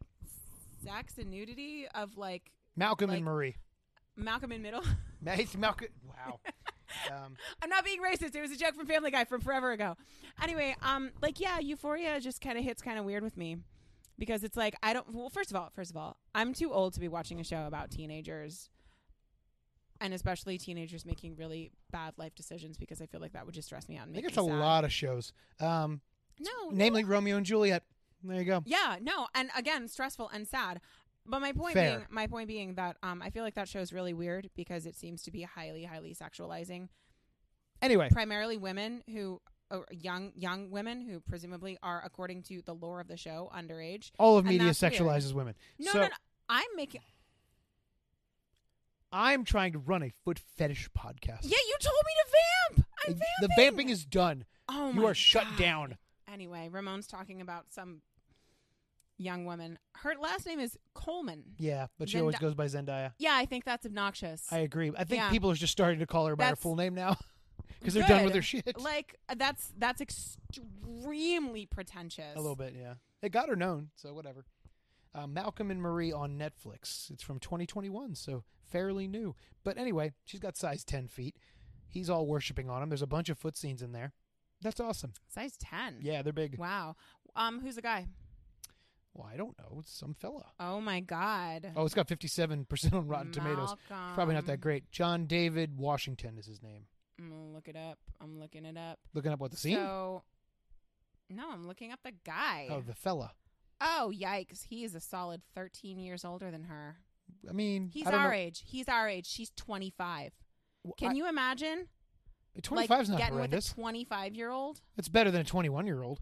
S3: sex and nudity of like
S2: Malcolm
S3: Like-
S2: and Marie. (laughs)
S3: Malcolm in Middle?
S2: Ma- It's Malcolm.
S3: (laughs)
S2: Wow. Um,
S3: I'm not being racist. It was a joke from Family Guy from forever ago. Anyway, um, like yeah, Euphoria just kind of hits kind of weird with me because it's like I don't. Well, first of all, first of all, I'm too old to be watching a show about teenagers, and especially teenagers making really bad life decisions because I feel like that would just stress me out. And
S2: I
S3: make
S2: think it's a
S3: me sad.
S2: lot of shows. Um,
S3: Oh, No,
S2: namely Romeo and Juliet. There you go.
S3: yeah, no, and again, stressful and sad. But my point
S2: Fair.
S3: being, my point being that um, I feel like that show is really weird because it seems to be highly, highly sexualizing
S2: Anyway,
S3: primarily women who or young young women who presumably are according to the lore of the show underage
S2: all of
S3: And
S2: media
S3: that's weird.
S2: sexualizes women.
S3: no
S2: so
S3: no no i'm making
S2: I'm trying to run a foot fetish podcast.
S3: yeah you told me to vamp i'm
S2: And
S3: vamping
S2: the vamping is done.
S3: oh
S2: you
S3: my
S2: are shut
S3: God.
S2: down.
S3: anyway ramon's talking about some young woman her last name is coleman
S2: Yeah, but she always
S3: Zenda-
S2: goes by Zendaya.
S3: yeah i think that's obnoxious
S2: I agree. I think
S3: Yeah.
S2: people are just starting to call her by her
S3: That's-
S2: full name now (laughs) because they're done with
S3: Good.
S2: her shit.
S3: like that's that's extremely
S2: (laughs)
S3: pretentious
S2: A little bit, yeah. It got her known, so whatever. Uh, Malcolm and Marie on Netflix. It's from 2021, so fairly new. But anyway, she's got size 10 feet. He's all worshiping on him. There's a bunch of foot scenes in there. That's awesome.
S3: size 10
S2: Yeah, they're big.
S3: wow um who's the guy
S2: Well, I don't know. It's some fella.
S3: Oh my God.
S2: Oh, it's got 57% on Rotten Tomatoes. It's Probably not that
S3: Malcolm.
S2: great. John David Washington is his name.
S3: I'm gonna look it up. I'm looking it up.
S2: Looking up what the scene?
S3: So, no, I'm looking up the guy.
S2: Oh, the fella.
S3: Oh, yikes! He is a solid 13 years older than her.
S2: I mean,
S3: He's
S2: I don't
S3: our
S2: know.
S3: age. He's our age. She's 25. Can
S2: I-
S3: you imagine?
S2: 25's
S3: like,
S2: not
S3: getting
S2: horrendous.
S3: with a 25 year old.
S2: It's better than a 21 year old.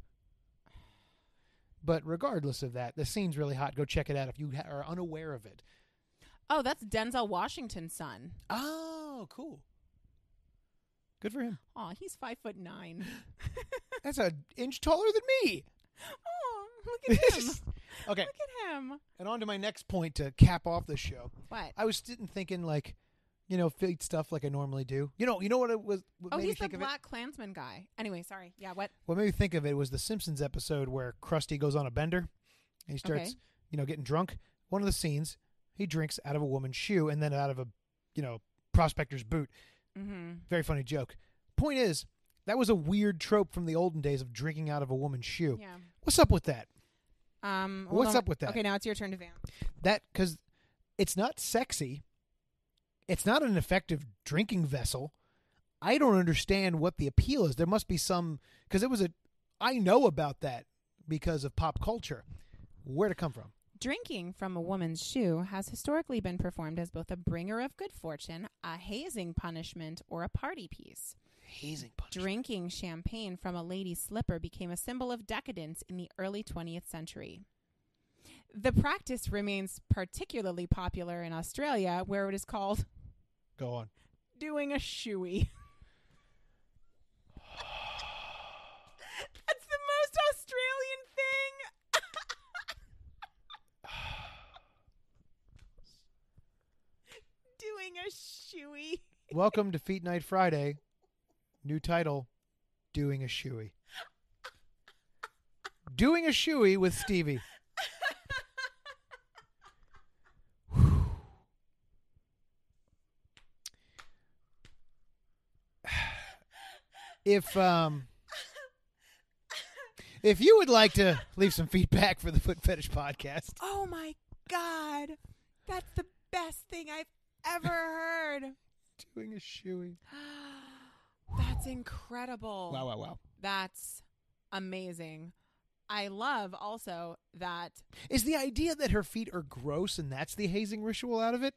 S2: But regardless of that, the scene's really hot. Go check it out if you ha- are unaware of it.
S3: Oh, that's Denzel Washington's son.
S2: Oh, cool. Good for him.
S3: Oh, he's five foot
S2: (laughs)
S3: nine.
S2: That's an inch taller than me.
S3: Oh, look at
S2: (laughs)
S3: him!
S2: okay,
S3: look at him!
S2: and on to my next point to cap off the show.
S3: What?
S2: I was sitting thinking like, you know, fate stuff like I normally do. You know, you know what it was. What
S3: Oh,
S2: made me
S3: he's the
S2: think of it?
S3: Black Klansman guy. Anyway, sorry. Yeah, what?
S2: What made me think of it was the Simpsons episode where Krusty goes on a bender and he starts,
S3: Okay.
S2: you know, getting drunk. One of the scenes, he drinks out of a woman's shoe and then out of a, you know, prospector's boot.
S3: Mm-hmm.
S2: Very funny joke. Point is, that was a weird trope from the olden days of drinking out of a woman's shoe.
S3: Yeah.
S2: What's up with that?
S3: Um. hold
S2: What's
S3: on.
S2: up with that?
S3: Okay, now it's your turn to vamp.
S2: That because it's not sexy. It's not an effective drinking vessel. I don't understand what the appeal is. There must be some because it was a. I know about that because of pop culture. Where'd it come from?
S3: Drinking from a woman's shoe has historically been performed as both a bringer of good fortune, a hazing punishment, or a party piece.
S2: Hazing punch.
S3: Drinking champagne from a lady's slipper became a symbol of decadence in the early 20th century. The practice remains particularly popular in Australia, where it is called
S2: Go on.
S3: doing a shoey. (laughs) That's the most Australian thing. (laughs) doing a shoey.
S2: Welcome to Feet Night Friday. New title: Doing a shoey. Doing a shoey with Stevie. if um if you would like to leave some feedback for the Foot Fetish Podcast,
S3: Oh my god. That's the best thing I've ever heard.
S2: doing a shoey.
S3: That's incredible.
S2: Wow, wow, wow.
S3: That's amazing. I love also that
S2: Is the idea that her feet are gross and that's the hazing ritual out of it?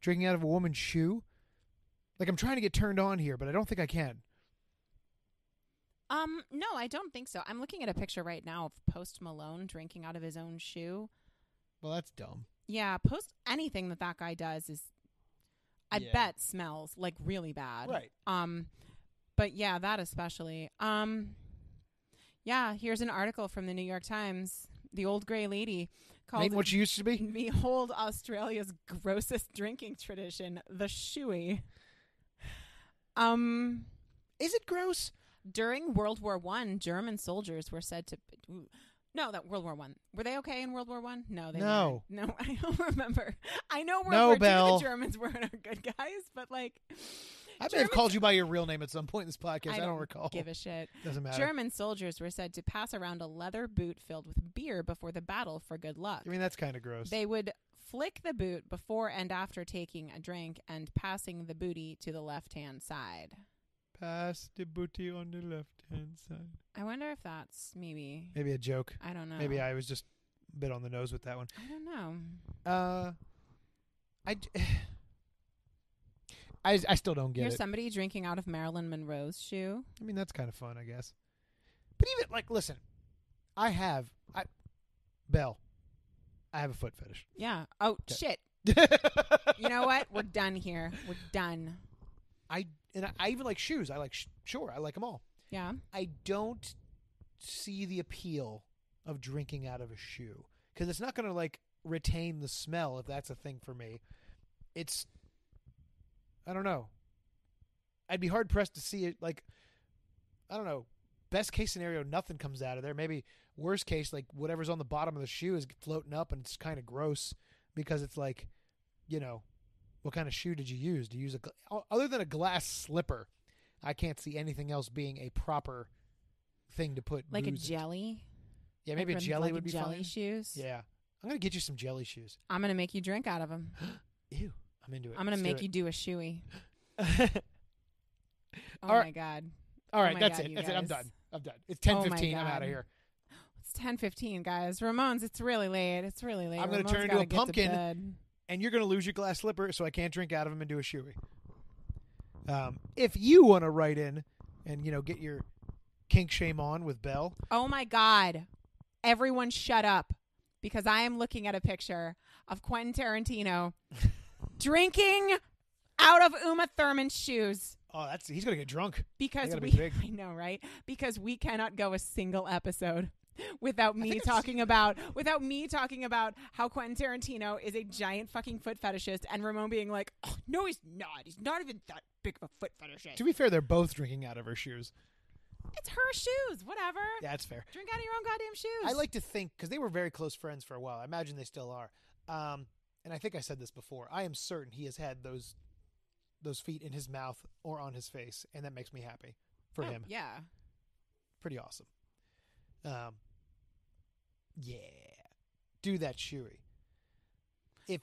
S2: Drinking out of a woman's shoe? Like I'm trying to get turned on here, but I don't think I can.
S3: um no, I don't think so. I'm looking at a picture right now of Post Malone drinking out of his own shoe.
S2: Well, that's dumb.
S3: Yeah, post anything that that guy does is I
S2: Yeah.
S3: bet smells like really bad.
S2: Right.
S3: Um but yeah, that especially. Um yeah, here's an article from the New York Times, The Old Gray Lady called
S2: Ain't what
S3: (laughs)
S2: you used to be.
S3: Behold Australia's grossest drinking tradition, the shoey. (sighs) Um,
S2: Is it gross?
S3: during World War One, German soldiers were said to. ooh, No, that World War One. Were they okay in World War One? No, they
S2: No.
S3: weren't. No, (laughs) I don't remember. I know World
S2: No,
S3: War
S2: Belle.
S3: Two. The Germans (laughs) weren't our good guys, but like,
S2: I may have
S3: Germans-
S2: called you by your real name at some point in this podcast. I
S3: I
S2: don't,
S3: don't
S2: recall.
S3: give a shit.
S2: (laughs) Doesn't matter.
S3: German soldiers were said to pass around a leather boot filled with beer before the battle for good luck.
S2: I mean, that's kind of gross.
S3: They would flick the boot before and after taking a drink and passing the booty to the left hand side.
S2: Pass the booty on the left hand side.
S3: I wonder if that's maybe.
S2: Maybe a joke.
S3: I don't know.
S2: Maybe I was just a bit on the nose with that one.
S3: I don't know.
S2: Uh, I, d- (sighs) I, I still don't get
S3: Here's
S2: it.
S3: somebody drinking out of Marilyn Monroe's shoe.
S2: I mean, that's kind of fun, I guess. But even like, listen, I have I, Bell, I have a foot fetish. (laughs)
S3: Yeah. Oh,
S2: Okay.
S3: shit. You know what? We're done here. We're done.
S2: I and I, I even like shoes. I like sh- sure, I like them all.
S3: Yeah.
S2: I don't see the appeal of drinking out of a shoe because it's not going to like retain the smell if that's a thing for me. It's I don't know. I'd be hard pressed to see it like I don't know. Best case scenario, nothing comes out of there. Maybe worst case, like whatever's on the bottom of the shoe is floating up and it's kind of gross because it's like, you know, what kind of shoe did you use? Do you use a gl- other than a glass slipper? I can't see anything else being a proper thing to put
S3: Like a
S2: booze in.
S3: jelly.
S2: Yeah, maybe a
S3: Like,
S2: jelly
S3: like
S2: would be
S3: jelly
S2: fine.
S3: shoes.
S2: Yeah, I'm gonna get you some jelly shoes.
S3: I'm gonna make you drink out of them.
S2: Ew, I'm into it.
S3: I'm gonna
S2: Let's do
S3: make
S2: (laughs) it.
S3: you do a shoey. Oh
S2: All right.
S3: my god.
S2: All right,
S3: my
S2: that's
S3: God,
S2: it.
S3: you
S2: That's it. I'm
S3: guys.
S2: done. I'm done. It's
S3: Oh my
S2: 10:15. I'm out
S3: God.
S2: of here.
S3: It's ten fifteen, guys. Ramones, it's really late. It's really late.
S2: I'm gonna
S3: Ramones
S2: turn into a
S3: gotta get to
S2: pumpkin.
S3: bed.
S2: and you're going to lose your glass slipper, so I can't drink out of them and do a shoey. Um, if you want to write in and you know get your kink shame on with Belle,
S3: Oh my god. Everyone shut up. Because I am looking at a picture of
S2: (laughs)
S3: Quentin Tarantino drinking out of Uma Thurman's shoes.
S2: oh, that's he's going to get drunk.
S3: Because
S2: gotta be
S3: we
S2: big.
S3: (laughs) I know, right? Because we cannot go a single episode (laughs) without me
S2: think I've
S3: talking about without me talking about how Quentin Tarantino is a giant fucking foot fetishist and Ramon being like, oh, no, he's not. He's not even that big of a foot fetishist.
S2: To be fair, they're both drinking out of her shoes.
S3: It's her shoes. Whatever.
S2: Yeah, that's fair.
S3: Drink out of your own goddamn shoes.
S2: I like to think because they were very close friends for a while. I imagine they still are. Um, and I think I said this before. I am certain he has had those those feet in his mouth or on his face, and that makes me happy for
S3: Oh,
S2: him.
S3: Yeah.
S2: pretty awesome. Um, yeah, do that, Shuri.
S3: Yeah.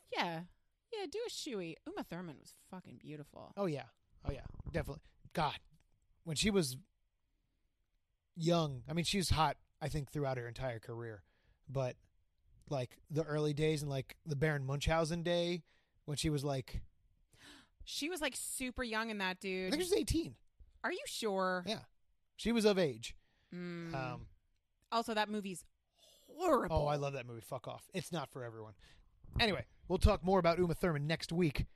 S3: Yeah, do a shoey. Uma Thurman was fucking beautiful.
S2: Oh yeah, oh yeah, definitely. God, when she was young, I mean, she was hot. I think throughout her entire career, but like the early days and like the Baron Munchausen day when she was like,
S3: She was like super young in that
S2: I
S3: dude.
S2: think she was eighteen.
S3: Are you sure?
S2: Yeah, she was of age.
S3: Mm.
S2: Um,
S3: also, that movie's horrible.
S2: oh, I love that movie. Fuck off. It's not for everyone. Anyway, we'll talk more about Uma Thurman next week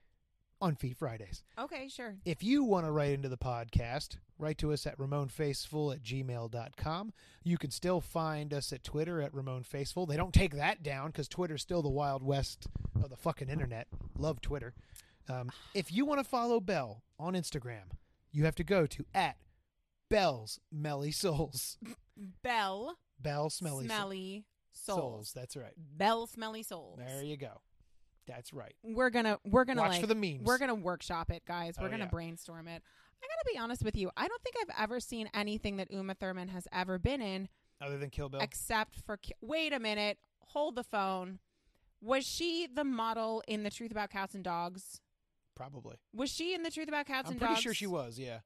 S2: on Feet Fridays.
S3: Okay, sure.
S2: If you want to write into the podcast, write to us at ramonfaceful at gmail.com. You can still find us at Twitter at ramonfaceful. They don't take that down because Twitter's still the wild west of the fucking internet. Love Twitter. Um, if you want to follow Bell on Instagram, you have to go to at Bell's Melly Souls.
S3: Bell
S2: Bell Smelly Soul-
S3: Smelly Souls.
S2: That's right.
S3: Bell Smelly Souls.
S2: There you go. That's right.
S3: We're gonna we're gonna
S2: Watch
S3: like,
S2: for the memes.
S3: We're gonna workshop it, guys. We're
S2: Oh,
S3: gonna
S2: yeah.
S3: brainstorm it. I gotta be honest with you. I don't think I've ever seen anything that Uma Thurman has ever been in
S2: Other than Kill Bill.
S3: except for Ki- wait a minute hold the phone was she the model in the truth about cats and dogs
S2: probably.
S3: was she in the truth about cats
S2: I'm
S3: and
S2: pretty
S3: dogs
S2: sure she was, yeah.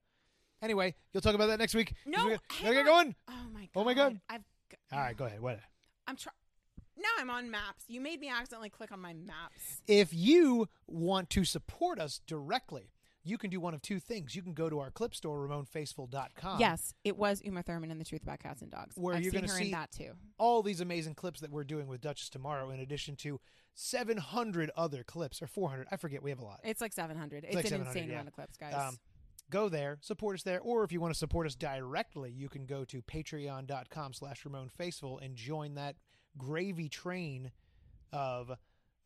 S2: Anyway, you'll talk about that next week.
S3: No,
S2: Gotta
S3: hang
S2: get
S3: on.
S2: going.
S3: oh my god
S2: Oh my God.
S3: i've g-
S2: All right, go ahead. What?
S3: i'm trying now i'm on maps you made me accidentally click on my maps
S2: If you want to support us directly, you can do one of two things. You can go to our clip store, RamonFaceful.com.
S3: yes it was uma thurman in the truth about cats and dogs
S2: Where
S3: I've
S2: you're
S3: seen
S2: gonna
S3: her
S2: see-
S3: in that too
S2: All these amazing clips that we're doing with Duchess tomorrow, in addition to 700 other clips or 400. I forget. We have a lot.
S3: it's like 700 it's,
S2: like
S3: an
S2: 700,
S3: insane
S2: yeah.
S3: amount of clips guys
S2: Um, go there, support us there, or if you want to support us directly, you can go to patreon.com slash Ramon Faithful and join that gravy train of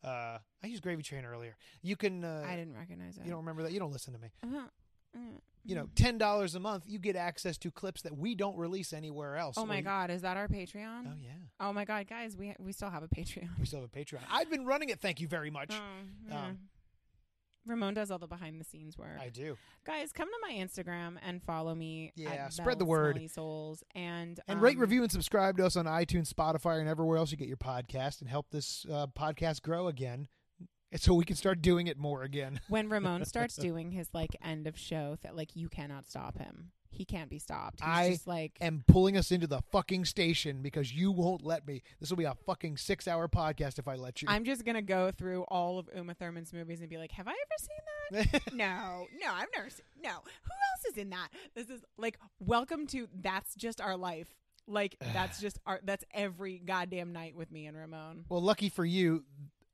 S2: uh I used gravy train earlier. You can uh
S3: i didn't recognize it
S2: you don't remember that, you don't listen to me.
S3: Uh-huh. Uh,
S2: You know, ten dollars a month, you get access to clips that we don't release anywhere else.
S3: oh
S2: or
S3: my
S2: you-
S3: god is that our patreon
S2: Oh yeah.
S3: oh my god guys we we still have a patreon
S2: We still have a Patreon. I've been running it, thank you very much.
S3: Oh,
S2: (laughs) Um,
S3: yeah. Ramon does all the behind the scenes work.
S2: I do.
S3: Guys, come to my Instagram and follow me. at
S2: Yeah, spread the
S3: Belle
S2: word.
S3: Smelly Souls and
S2: And
S3: um,
S2: rate, review, and subscribe to us on iTunes, Spotify, and everywhere else you get your podcast, and help this uh, podcast grow again, and so we can start doing it more
S3: (laughs)
S2: again. (laughs)
S3: When Ramon starts doing his like end of show, that like you cannot stop him. He can't be stopped. He's
S2: I
S3: just like
S2: And pulling us into the fucking station because you won't let me. This will be a fucking six-hour podcast if I let you.
S3: I'm just gonna go through all of Uma Thurman's movies and be like, "Have I ever seen that? No, no, I've never seen. No, who else is in that? This is like, welcome to that's just our life. Like that's just our that's every goddamn night with me and Ramon.
S2: (laughs) well, lucky for you,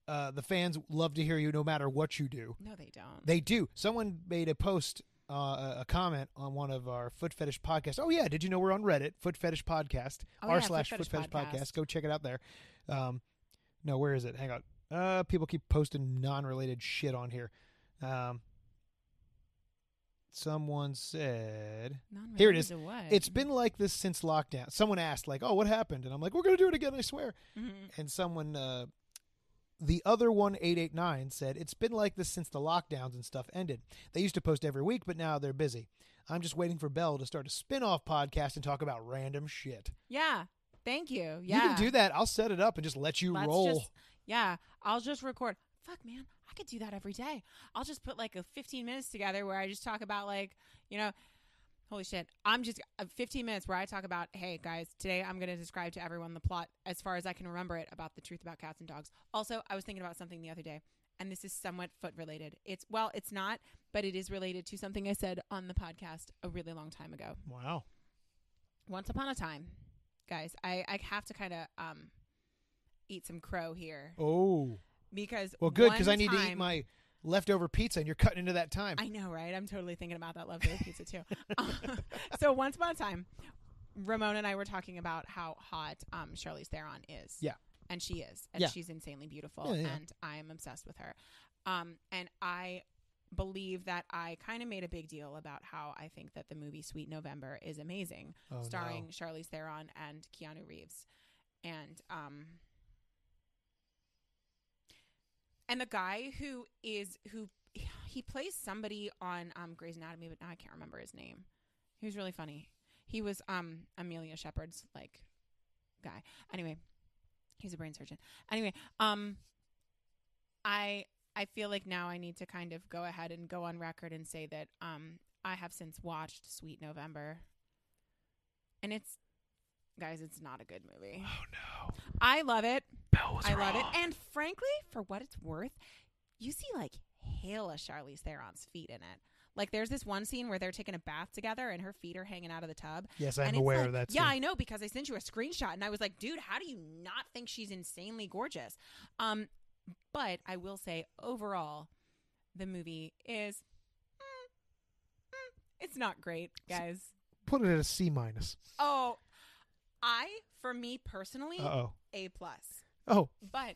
S2: uh, the fans love to hear you no matter what you do.
S3: No, they don't.
S2: They do. Someone made a post, uh, a- a comment on one of our foot fetish podcasts. Oh yeah, did you know we're on Reddit? Foot fetish podcast.
S3: Oh,
S2: r
S3: yeah,
S2: slash foot
S3: Foot
S2: fetish
S3: Fetish
S2: podcast.
S3: Podcast.
S2: Go check it out there. Um, no, where is it? Hang on. Uh, people keep posting non-related shit on here. Um, someone said Here it is. it's been like this since lockdown. Someone asked like, "Oh, what happened?" And I'm like, "We're gonna do it again. I swear."
S3: Mm-hmm.
S2: and someone uh, the other one 889 said it's been like this since the lockdowns and stuff ended they used to post every week but now they're busy i'm just waiting for bell to start a spin-off podcast and talk about random shit
S3: yeah. Thank you. Yeah.
S2: You can do that. I'll set it up and just let you
S3: Let's
S2: roll.
S3: just- yeah, I'll just record. Fuck, man, I could do that every day. I'll just put like a 15 minutes together where I just talk about like, you know, holy shit. I'm just uh, 15 minutes where I talk about, hey guys, today I'm going to describe to everyone the plot as far as I can remember it about the truth about cats and dogs. Also, I was thinking about something the other day, and this is somewhat foot related. It's well, it's not, but it is related to something I said on the podcast a really long time ago.
S2: Wow.
S3: Once upon a time, guys, I I have to kind of um eat some crow here
S2: Oh.
S3: because
S2: Well, good
S3: because
S2: because I need to eat my leftover pizza, and you're cutting into that time.
S3: I know, right? I'm totally thinking about that leftover pizza
S2: (laughs)
S3: too. (laughs) so once upon a time, Ramona and I were talking about how hot um, Charlize Theron is.
S2: Yeah.
S3: and she is, and
S2: Yeah.
S3: she's insanely beautiful,
S2: Yeah, yeah.
S3: and I am obsessed with her. Um, and I believe that I kind of made a big deal about how I think that the movie Sweet November is amazing,
S2: Oh, no.
S3: starring Charlize Theron and Keanu Reeves, and um. And the guy who is who he plays somebody on um Grey's Anatomy, but now I can't remember his name. He was really funny. He was um Amelia Shepherd's like guy. Anyway, he's a brain surgeon. Anyway, um I I feel like now I need to kind of go ahead and go on record and say that um I have since watched Sweet November. And it's guys, it's not a good movie.
S2: Oh no.
S3: I love it.
S2: Bell was
S3: I love
S2: wrong.
S3: it. And frankly, for what it's worth, you see like hella Charlize Theron's feet in it. Like there's this one scene where they're taking a bath together and her feet are hanging out of the tub.
S2: Yes, I'm
S3: and it's
S2: aware
S3: like-
S2: of that.
S3: Yeah,
S2: scene.
S3: I know because I sent you a screenshot and I was like, dude, how do you not think she's insanely gorgeous? Um, but I will say overall, the movie is mm, mm, it's not great, guys.
S2: Put it at a C minus.
S3: Oh, I for me personally,
S2: Uh oh.
S3: A plus.
S2: Oh, (laughs)
S3: But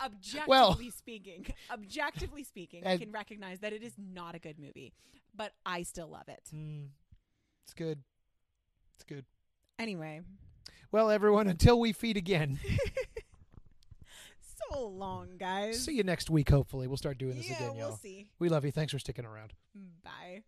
S3: objectively speaking, objectively speaking, I
S2: And-
S3: can recognize that it is not a good movie, but I still love it.
S2: mm, it's good. It's good.
S3: Anyway,
S2: Well, everyone, until we feed again.
S3: so long, guys.
S2: See you next week. Hopefully, we'll start doing this
S3: yeah,
S2: again, y'all.
S3: we'll see.
S2: We love you. Thanks for sticking around.
S3: Bye.